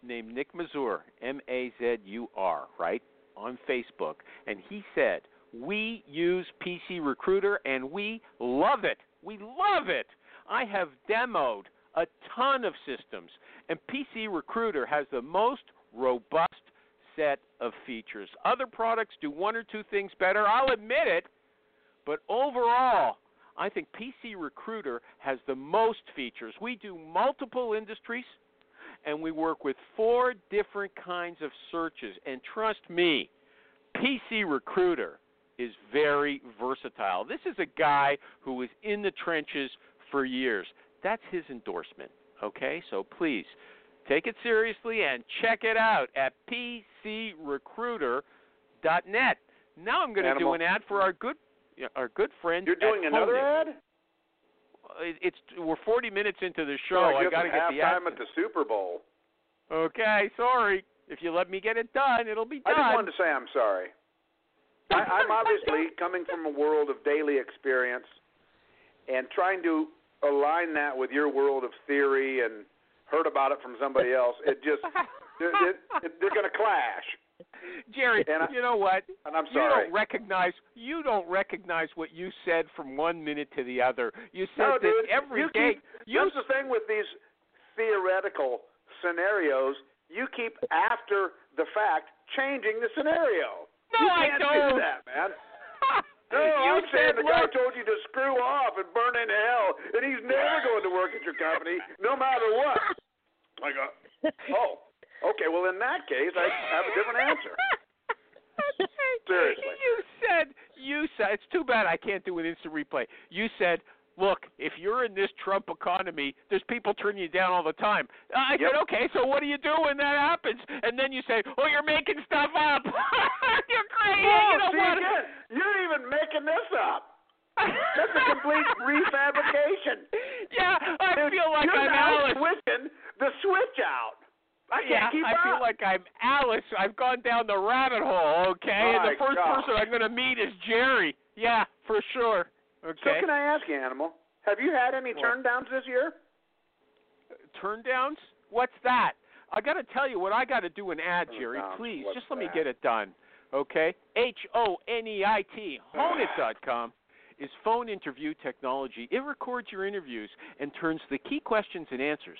named Nick Mazur, M A Z U R, right, on Facebook, and he said, We use PC Recruiter and we love it. We love it. I have demoed a ton of systems, and PC Recruiter has the most robust set of features. Other products do one or two things better, I'll admit it, but overall, I think PC Recruiter has the most features. We do multiple industries and we work with four different kinds of searches. And trust me, PC Recruiter is very versatile. This is a guy who was in the trenches for years. That's his endorsement. Okay, so please take it seriously and check it out at pcrecruiter.net. Now I'm going to do Animal. an ad for our good yeah, our good friend. You're doing at another Honig. ad? It- It's we're 40 minutes into the show. Well, I got to guess get half the ad. time at the Super Bowl. Okay, sorry. If you let me get it done, it'll be I done. just wanted to say I'm sorry. I, I'm obviously coming from a world of daily experience and trying to align that with your world of theory and heard about it from somebody else. It just they're, they're, they're going to clash, Jerry, and I- you know what? and I'm You sorry. don't recognize you don't recognize what you said from one minute to the other. You said no, this dude, every you day. Keep, you that's the thing with these theoretical scenarios. You keep after the fact changing the scenario. No, you I can't don't. do that, man. No, you I'm saying said the guy look, told you to screw off and burn in hell, and he's never going to work at your company, no matter what. Like, uh, oh, okay. Well, in that case, I have a different answer. Seriously. You said you said it's too bad I can't do an instant replay. You said, look, if you're in this Trump economy, there's people turning you down all the time. I Yep. said, okay, so what do you do when that happens? And then you say, oh, you're making stuff up. you're crazy. Oh, you don't see want to- again, you're even making this up. That's a complete refabrication. Yeah, I Dude, feel like you're I'm now Alice. switching the switch out. I yeah, can't keep I up. feel like I'm Alice. I've gone down the rabbit hole, okay? and My the first God. person I'm going to meet is Jerry. Yeah, for sure. so Okay. can I ask you, Animal? Have you had any What? turn downs this year? Turn downs? What's that? I got to tell you what I got to do an ad, Jerry. Turndowns, Please, what's just let me that? get it done. Okay? H O N E I T, honeit.com is phone interview technology. It records your interviews and turns the key questions and answers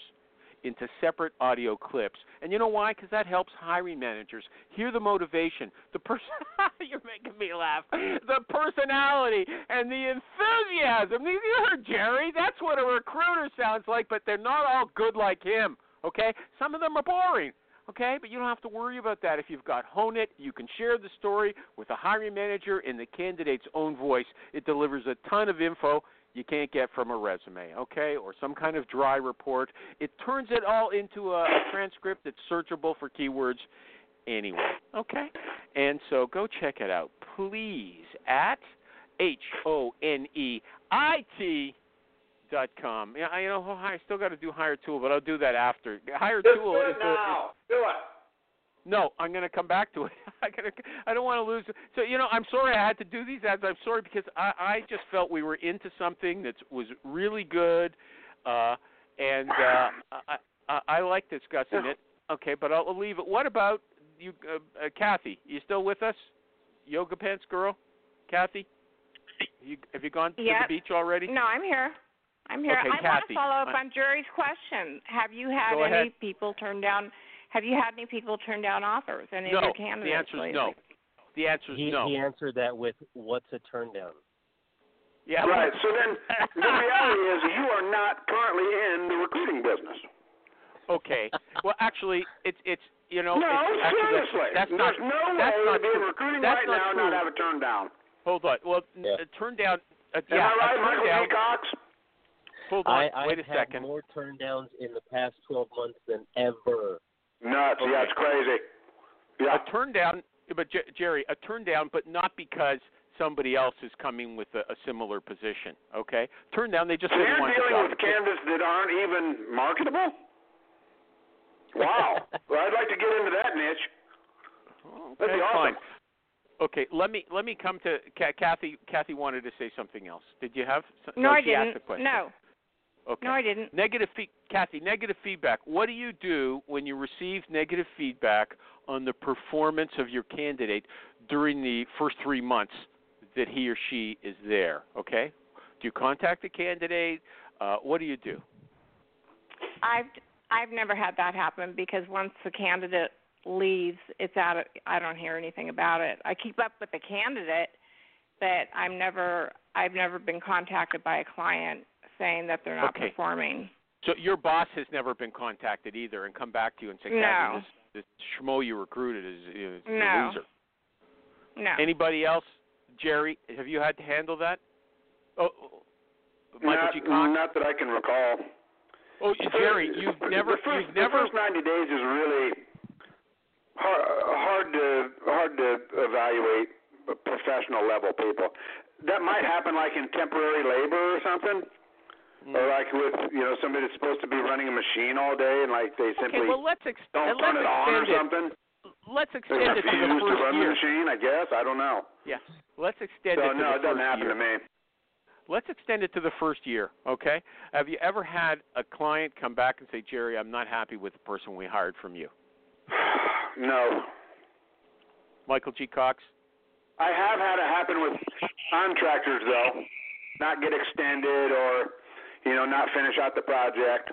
into separate audio clips. And you know why? Because that helps hiring managers hear the motivation, the person. you're making me laugh. The personality and the enthusiasm. You heard Jerry. That's what a recruiter sounds like. But they're not all good like him. Okay. Some of them are boring. Okay, but you don't have to worry about that. If you've got Hone It, you can share the story with the hiring manager in the candidate's own voice. It delivers a ton of info you can't get from a resume, okay, or some kind of dry report. It turns it all into a, a transcript that's searchable for keywords anyway, okay? And so go check it out, please, at H O N E I T dot com. Yeah, I you know I still got to do hire tool, but I'll do that after. Hire Just tool do is it the- is- now. Do it. no, I'm going to come back to it. I got to. I don't want to lose. So you know, I'm sorry I had to do these ads. I'm sorry because I I just felt we were into something that was really good, uh, and uh, I, I I like discussing it. Okay, but I'll leave it. What about you, uh, uh, Kathy? You still with us? Yoga pants girl, Kathy. You, have you gone to Yep. the beach already? No, I'm here. I'm here. Okay, I want Kathy, to follow up I- on Jerry's question. Have you had Go any ahead. people turn down? Have you had any people turn down offers? Any of no, your candidates? the answer is lately? no. The answer is He, no. he answered that with, "What's a turn down?" yeah. Right. So then the reality is you are not currently in the recruiting business. okay. Well, actually, it's it's you know. No, it's, actually, that's- seriously. That's not. There's no that's way not to be in true. recruiting That's right not now and true. not have a turn down. Hold on. Well, n- Yeah. a turn down. Uh, Am yeah, I a right, turn Michael down. P. Cox? Hold on. I, I've Wait a had second. more turn downs in the past 12 months than ever. Nuts. Yeah, it's crazy. Yeah. a turn down, but Jer- Jerry, a turn down, but not because somebody else is coming with a, a similar position. Okay, turn down. They just So didn't you're want the dealing job. with candidates that aren't even marketable? Wow. well, I'd like to get into that niche. Okay, That'd be fine. awesome. Okay, let me let me come to Ca- Kathy. Kathy wanted to say something else. Did you have? some- No, I she asked didn't. a question. No, Okay. no, I didn't. Negative feed, Kathy. Negative feedback. What do you do when you receive negative feedback on the performance of your candidate during the first three months that he or she is there? Okay. Do you contact the candidate? Uh, what do you do? I've I've never had that happen because once the candidate leaves, it's out. Of, I don't hear anything about it. I keep up with the candidate, but I'm never. I've never been contacted by a client saying that they're not Okay. performing. So your boss has never been contacted either, and come back to you and say, No. Kathy, this, this schmo you recruited is, is a No. loser. No. Anybody else? Jerry, have you had to handle that? Oh, oh, Michael not, G. Cox. not that I can recall. Oh, Jerry, you've never, The first, you've the never. first 90 days is really hard, hard to hard to evaluate professional level people. That might happen like in temporary labor or something. Hmm. Or like with you know somebody that's supposed to be running a machine all day and like they Okay, simply well let's ex- don't and turn let's it on or extend it. something. Let's They extend it to the refuse to first run the year. machine, I guess. I don't know. Yeah, let's extend So it to the no, it doesn't first happen year. to me. Let's extend it to the first year, okay? Have you ever had a client come back and say, Jerry, I'm not happy with the person we hired from you? No. Michael G. Cox. I have had it happen with contractors though, not get extended or you know not finish out the project.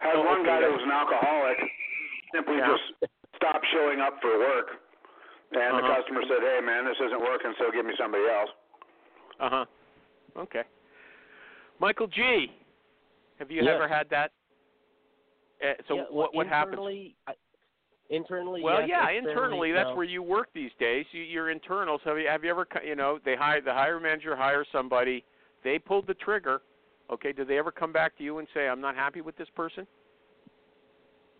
Had Oh, one okay, guy that that's- was an alcoholic simply Yeah. just stopped showing up for work, and the Uh-huh. customer said, "Hey man, this isn't working, so give me somebody else." Uh huh. Okay. Michael G. Have you Yes. ever had that? Uh, so Yeah, well, what what happens? internally, I- Internally, Well, yes, yeah, externally, internally, that's no. where you work these days. You, your internals. Have you, have you ever, co- you know, they hire the hire manager hires somebody, they pulled the trigger. Okay, do they ever come back to you and say, "I'm not happy with this person"?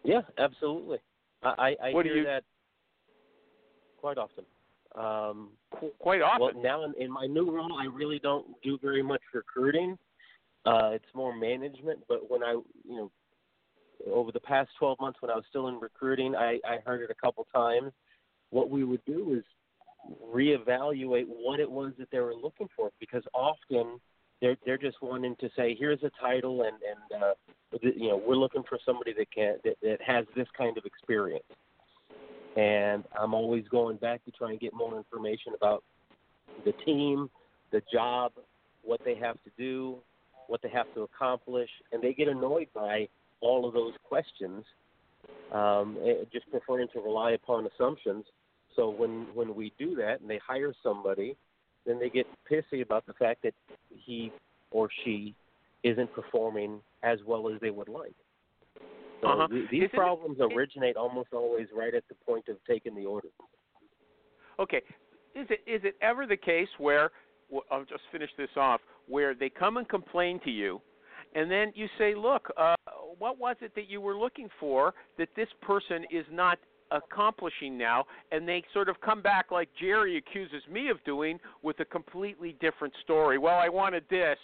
Yeah, absolutely. I I, I What do hear you- that quite often. Um, Qu- Quite often. well, now in, in my new role, I really don't do very much recruiting. Uh, it's more management. But when I, you know, over the past 12 months, when I was still in recruiting, I, I heard it a couple times. What we would do is reevaluate what it was that they were looking for, because often they're they're just wanting to say, here's a title, and and uh, th- you know, we're looking for somebody that can that, that has this kind of experience. And I'm always going back to try and get more information about the team, the job, what they have to do, what they have to accomplish, and they get annoyed by all of those questions, um, eh, just preferring to rely upon assumptions. So when when we do that and they hire somebody, then they get pissy about the fact that he or she isn't performing as well as they would like. So Uh-huh. th- these Isn't it- problems originate almost always right at the point of taking the order. Okay, is it is it ever the case where well, I'll just finish this off where they come and complain to you, and then you say, "Look, uh, what was it that you were looking for that this person is not accomplishing now?" And they sort of come back like Jerry accuses me of doing with a completely different story. Well, I wanted this,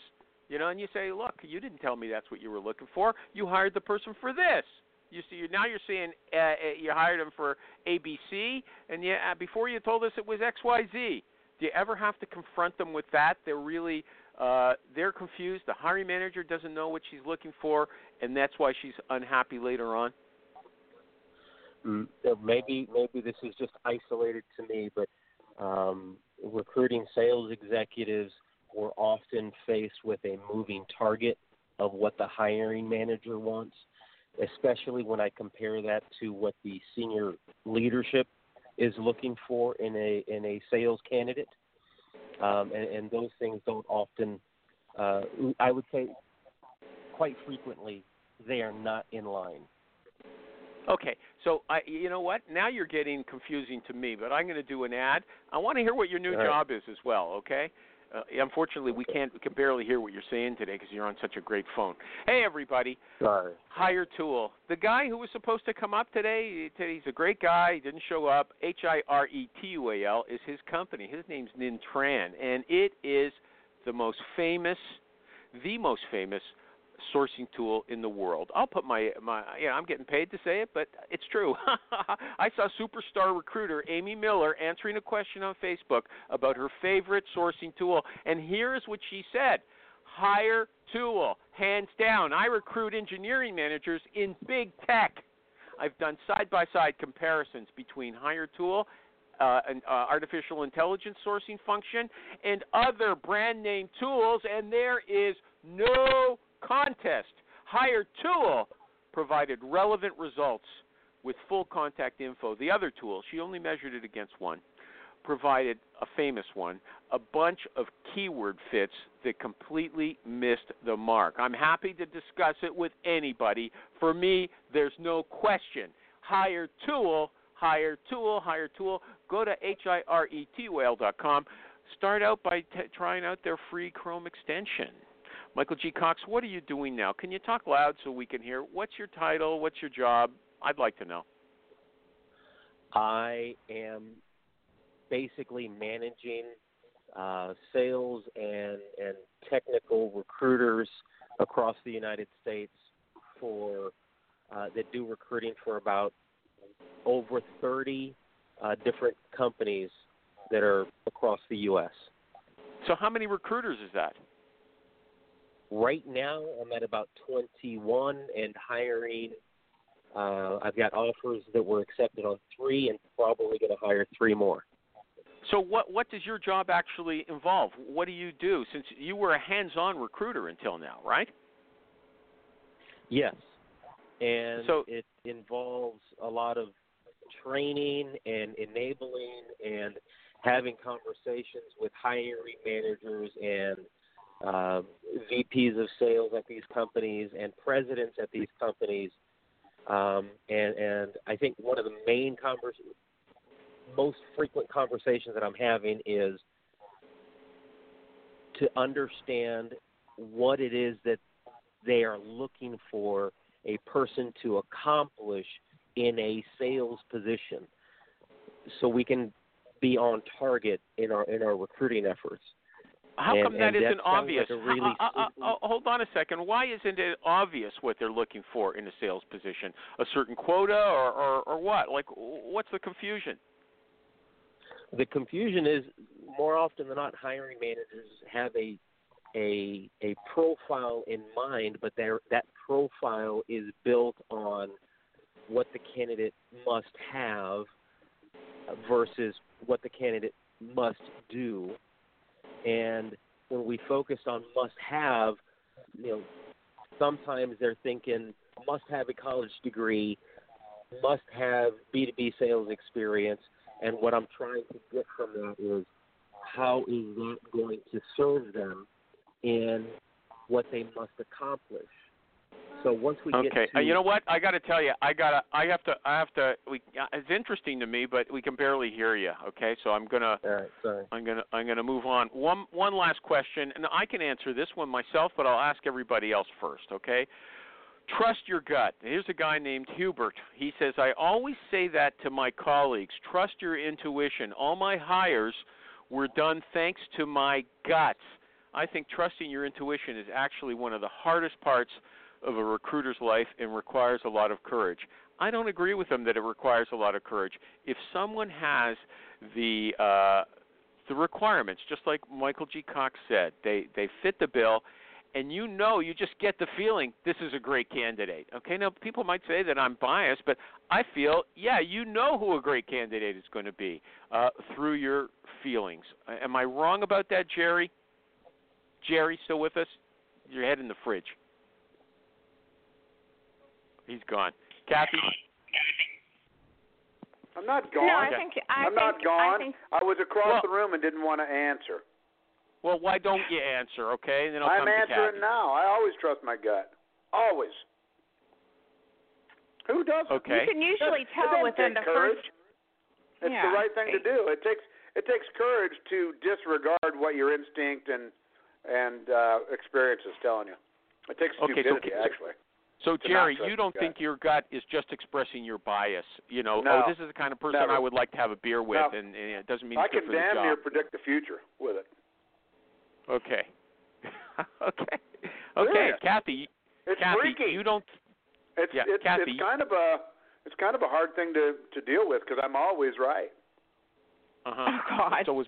you know, and you say, "Look, you didn't tell me that's what you were looking for. You hired the person for this." You see, you're, now you're saying uh, uh, you hired him for ABC, and yeah, uh, before you told us it was XYZ. Do you ever have to confront them with that? They're really uh, they're confused. The hiring manager doesn't know what she's looking for, and that's why she's unhappy later on. Mm. So maybe maybe this is just isolated to me, but um, recruiting sales executives we're often faced with a moving target of what the hiring manager wants, especially when I compare that to what the senior leadership is looking for in a in a sales candidate, um, and, and those things don't often. Uh, I would say, quite frequently, they are not in line. Okay, so I, you know what? Now you're getting confusing to me, but I'm going to do an ad. I want to hear what your new All right. job is as well. Okay. Uh, unfortunately, we can't we can barely hear what you're saying today because you're on such a great phone. Hey, everybody, Sorry. Hire Tool, the guy who was supposed to come up today. he- He's a great guy. He didn't show up. H I R E T U A L is his company. His name's Nin Tran, and it is the most famous, the most famous sourcing tool in the world. I'll put my my you know, I'm getting paid to say it, but it's true. I saw superstar recruiter Amy Miller answering a question on Facebook about her favorite sourcing tool, and here is what she said. Hire tool, hands down. I recruit engineering managers in big tech. I've done side by side comparisons between Hire Tool, uh, an uh, artificial intelligence sourcing function, and other brand name tools, and there is no contest. Hire Tool provided relevant results with full contact info. The other tool, she only measured it against one, provided a famous one, a bunch of keyword fits that completely missed the mark. I'm happy to discuss it with anybody. For me, there's no question. Hire Tool, hire Tool, hire Tool. Go to E hiretwhale.com. Start out by t- trying out their free Chrome extension. Michael G. Cox, what are you doing now? Can you talk loud so we can hear? What's your title? What's your job? I'd like to know. I am basically managing uh, sales and and technical recruiters across the United States for uh, that do recruiting for about over 30 uh, different companies that are across the U.S. So, how many recruiters is that? Right now, I'm at about 21 and hiring. Uh, I've got offers that were accepted on three, and probably going to hire three more. So what what does your job actually involve? What do you do since you were a hands-on recruiter until now, right? Yes. And So- it involves a lot of training and enabling and having conversations with hiring managers and um, VPs of sales at these companies and presidents at these companies. Um, and, and I think one of the main convers- most frequent conversations that I'm having is to understand what it is that they are looking for a person to accomplish in a sales position so we can be on target in our in our recruiting efforts How And- come that and that isn't sounds like obvious? a really Uh, uh, uh, simple- uh, hold on a second. Why isn't it obvious what they're looking for in a sales position? A certain quota or, or, or what? Like, what's the confusion? the confusion is more often than not hiring managers have a a a profile in mind but their that profile is built on what the candidate must have versus what the candidate must do and when we focus on must have you know sometimes they're thinking must have a college degree must have B2B sales experience. And what I'm trying to get from that is how is that going to serve them in what they must accomplish? So once we get Okay, to uh, you know what? I got to tell you, I gotta, I have to, I have to. We, uh, it's interesting to me, but we can barely hear you. Okay, so I'm gonna, all right, sorry. I'm gonna I'm gonna move on. One one last question, and I can answer this one myself, but I'll ask everybody else first. Okay. Trust your gut. Here's a guy named Hubert. He says, I always say that to my colleagues. Trust your intuition. All my hires were done thanks to my guts. I think trusting your intuition is actually one of the hardest parts of a recruiter's life and requires a lot of courage. I don't agree with him that it requires a lot of courage. If someone has the uh, the requirements, just like Michael G. Cox said, they they fit the bill, and you know you just get the feeling this is a great candidate. Okay, now people might say that I'm biased, but I feel yeah, you know who a great candidate is going to be uh, through your feelings. Am I wrong about that, Jerry? Jerry still with us? Your head in the fridge. He's gone. Kathy, I'm not gone. No, I Okay. think I think, am not gone. I think was across Well- the room and didn't want to answer. well, why don't you answer, okay? And then I'll I'm come to answering Kathy. now. I always trust my gut. Always. Who doesn't? Okay. you can usually It tell doesn't within take the courage. first. It's yeah. the right thing to do. It takes it takes courage to disregard what your instinct and and uh, experience is telling you. It takes Okay, so- stupidity, actually. So To not Jerry, trust you don't the think your gut is just expressing your bias? You know, No. oh, this is the kind of person Never. I would like to have a beer with, No. and, and it doesn't mean I it's good can for the damn job. near predict the future with it. Okay. okay. Really? Okay, Kathy. It's Kathy, freaky. you don't. It's Yeah, it's, Kathy- it's kind of a it's kind of a hard thing to to deal with because I'm always right. Uh-huh. Oh, God. So was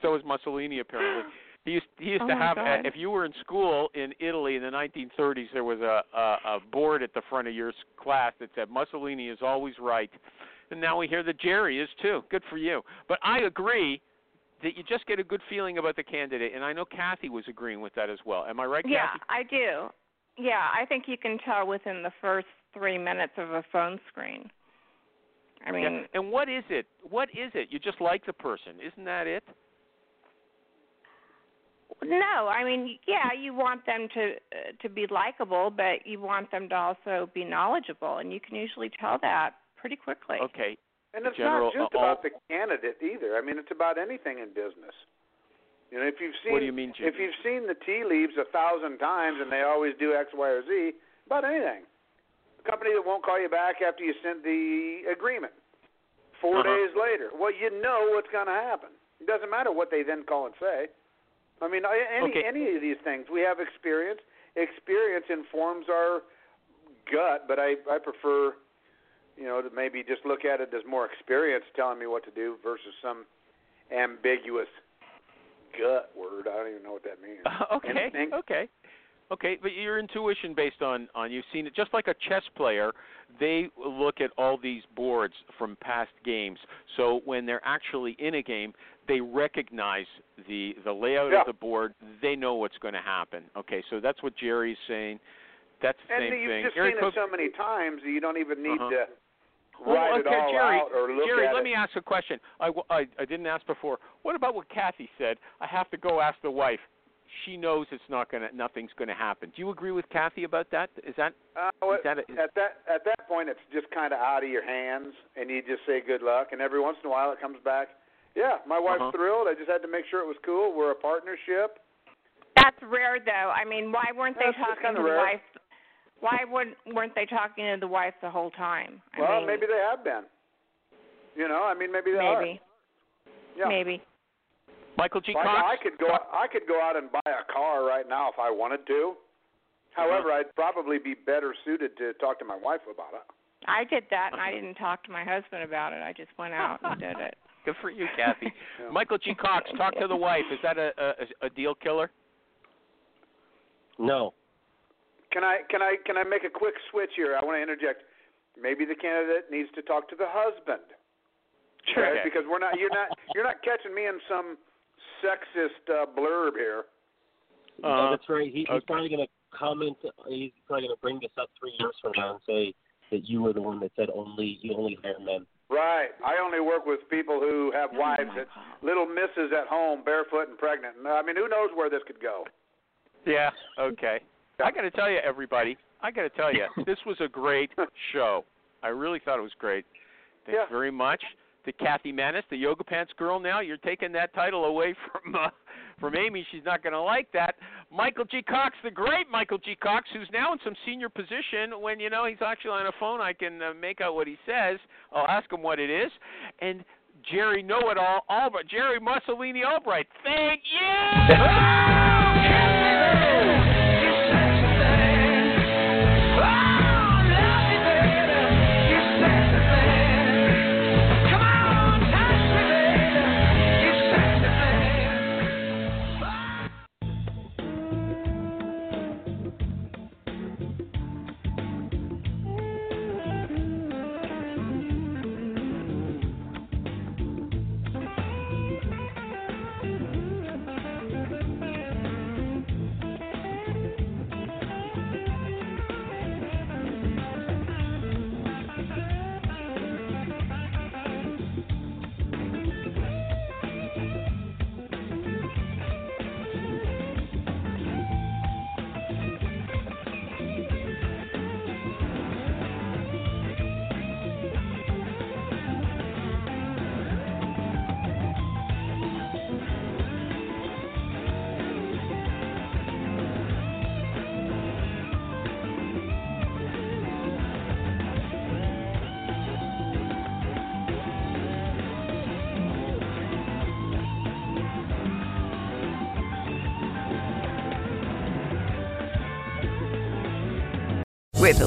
so was Mussolini apparently. He used he used Oh, to my have God. if you were in school in Italy in the 1930s there was a, a a board at the front of your s- class that said Mussolini is always right. And now we hear that Jerry is too. Good for you. But I agree that you just get a good feeling about the candidate and I know Kathy was agreeing with that as well. Am I right Yeah, Kathy? I do. Yeah, I think you can tell within the first three minutes of a phone screen. I mean, Yeah. And what is it? What is it? You just like the person. Isn't that it? No, I mean, yeah, you want them to uh, to be likable, but you want them to also be knowledgeable, and you can usually tell that pretty quickly. Okay. And the it's general- uh, not just all- about the candidate either. I mean, it's about anything in business. You know, if you've seen What do you mean, Jim? if you've seen the tea leaves a thousand times and they always do X, Y, or Z about anything, a company that won't call you back after you send the agreement 4 Uh-huh. days later, well, you know what's going to happen. It doesn't matter what they then call and say. I mean, I- any Okay. any of these things, we have experience. Experience informs our gut, but I I prefer you know, to maybe just look at it as more experience telling me what to do versus some ambiguous gut word. I don't even know what that means. okay, Anything? okay, okay. But your intuition, based on on you've seen it, just like a chess player, they look at all these boards from past games. So when they're actually in a game, they recognize the the layout Yeah. of the board. They know what's going to happen. Okay, so that's what Jerry's saying. That's the And same you've thing. just Eric seen it Cope- so many times that you don't even need Uh-huh. to Well, write okay, it all Jerry, out or look Jerry, at let it. me ask a question. I, w- I- I didn't ask before. What about what Kathy said? I have to go ask the wife. She knows it's not gonna, nothing's gonna happen. Do you agree with Kathy about that? Is that Uh, what- Is that a- is- at that at that point, it's just kind of out of your hands, and you just say good luck. And every once in a while, it comes back. Yeah, my wife's Uh-huh. thrilled. I just had to make sure it was cool. We're a partnership. That's rare, though. I mean, why weren't they That's- that's talking kinda to the rare. wife? Why would, weren't they talking to the wife the whole time? I well, mean, maybe they have been. You know, I mean, maybe they are. maybe, Yeah. maybe. Michael G. Like, Cox? I could go. I could go out and buy a car right now if I wanted to. However, Uh-huh. I'd probably be better suited to talk to my wife about it. I did that, and I didn't talk to my husband about it. I just went out and did it. Good for you, Kathy. Michael G. Cox, talk to the wife. Is that a, a, a deal killer? No. Can I? Can I? Can I make a quick switch here? I want to interject. Maybe the candidate needs to talk to the husband. Sure. Okay. Okay? Because we're not. You're not. You're not catching me in some sexist uh, blurb here. Uh, no, that's right. He, He's okay. probably going to comment. He's probably going to bring this up three years from now and say that you were the one that said only you only hire men. Right. I only work with people who have wives that little misses at home, barefoot and pregnant. And, I mean, who knows where this could go? Yeah. Okay. I got to tell you, everybody. I got to tell you, this was a great show. I really thought it was great. Thanks Yeah. very much to Kathy Manis, the yoga pants girl. Now you're taking that title away from uh, from Amy. She's not going to like that. Michael G. Cox, the great Michael G. Cox, who's now in some senior position. When you know he's actually on a phone, I can uh, make out what he says. I'll ask him what it is, and. Jerry Know It All, Albright, Jerry Mussolini Albright. Thank you. Thank With the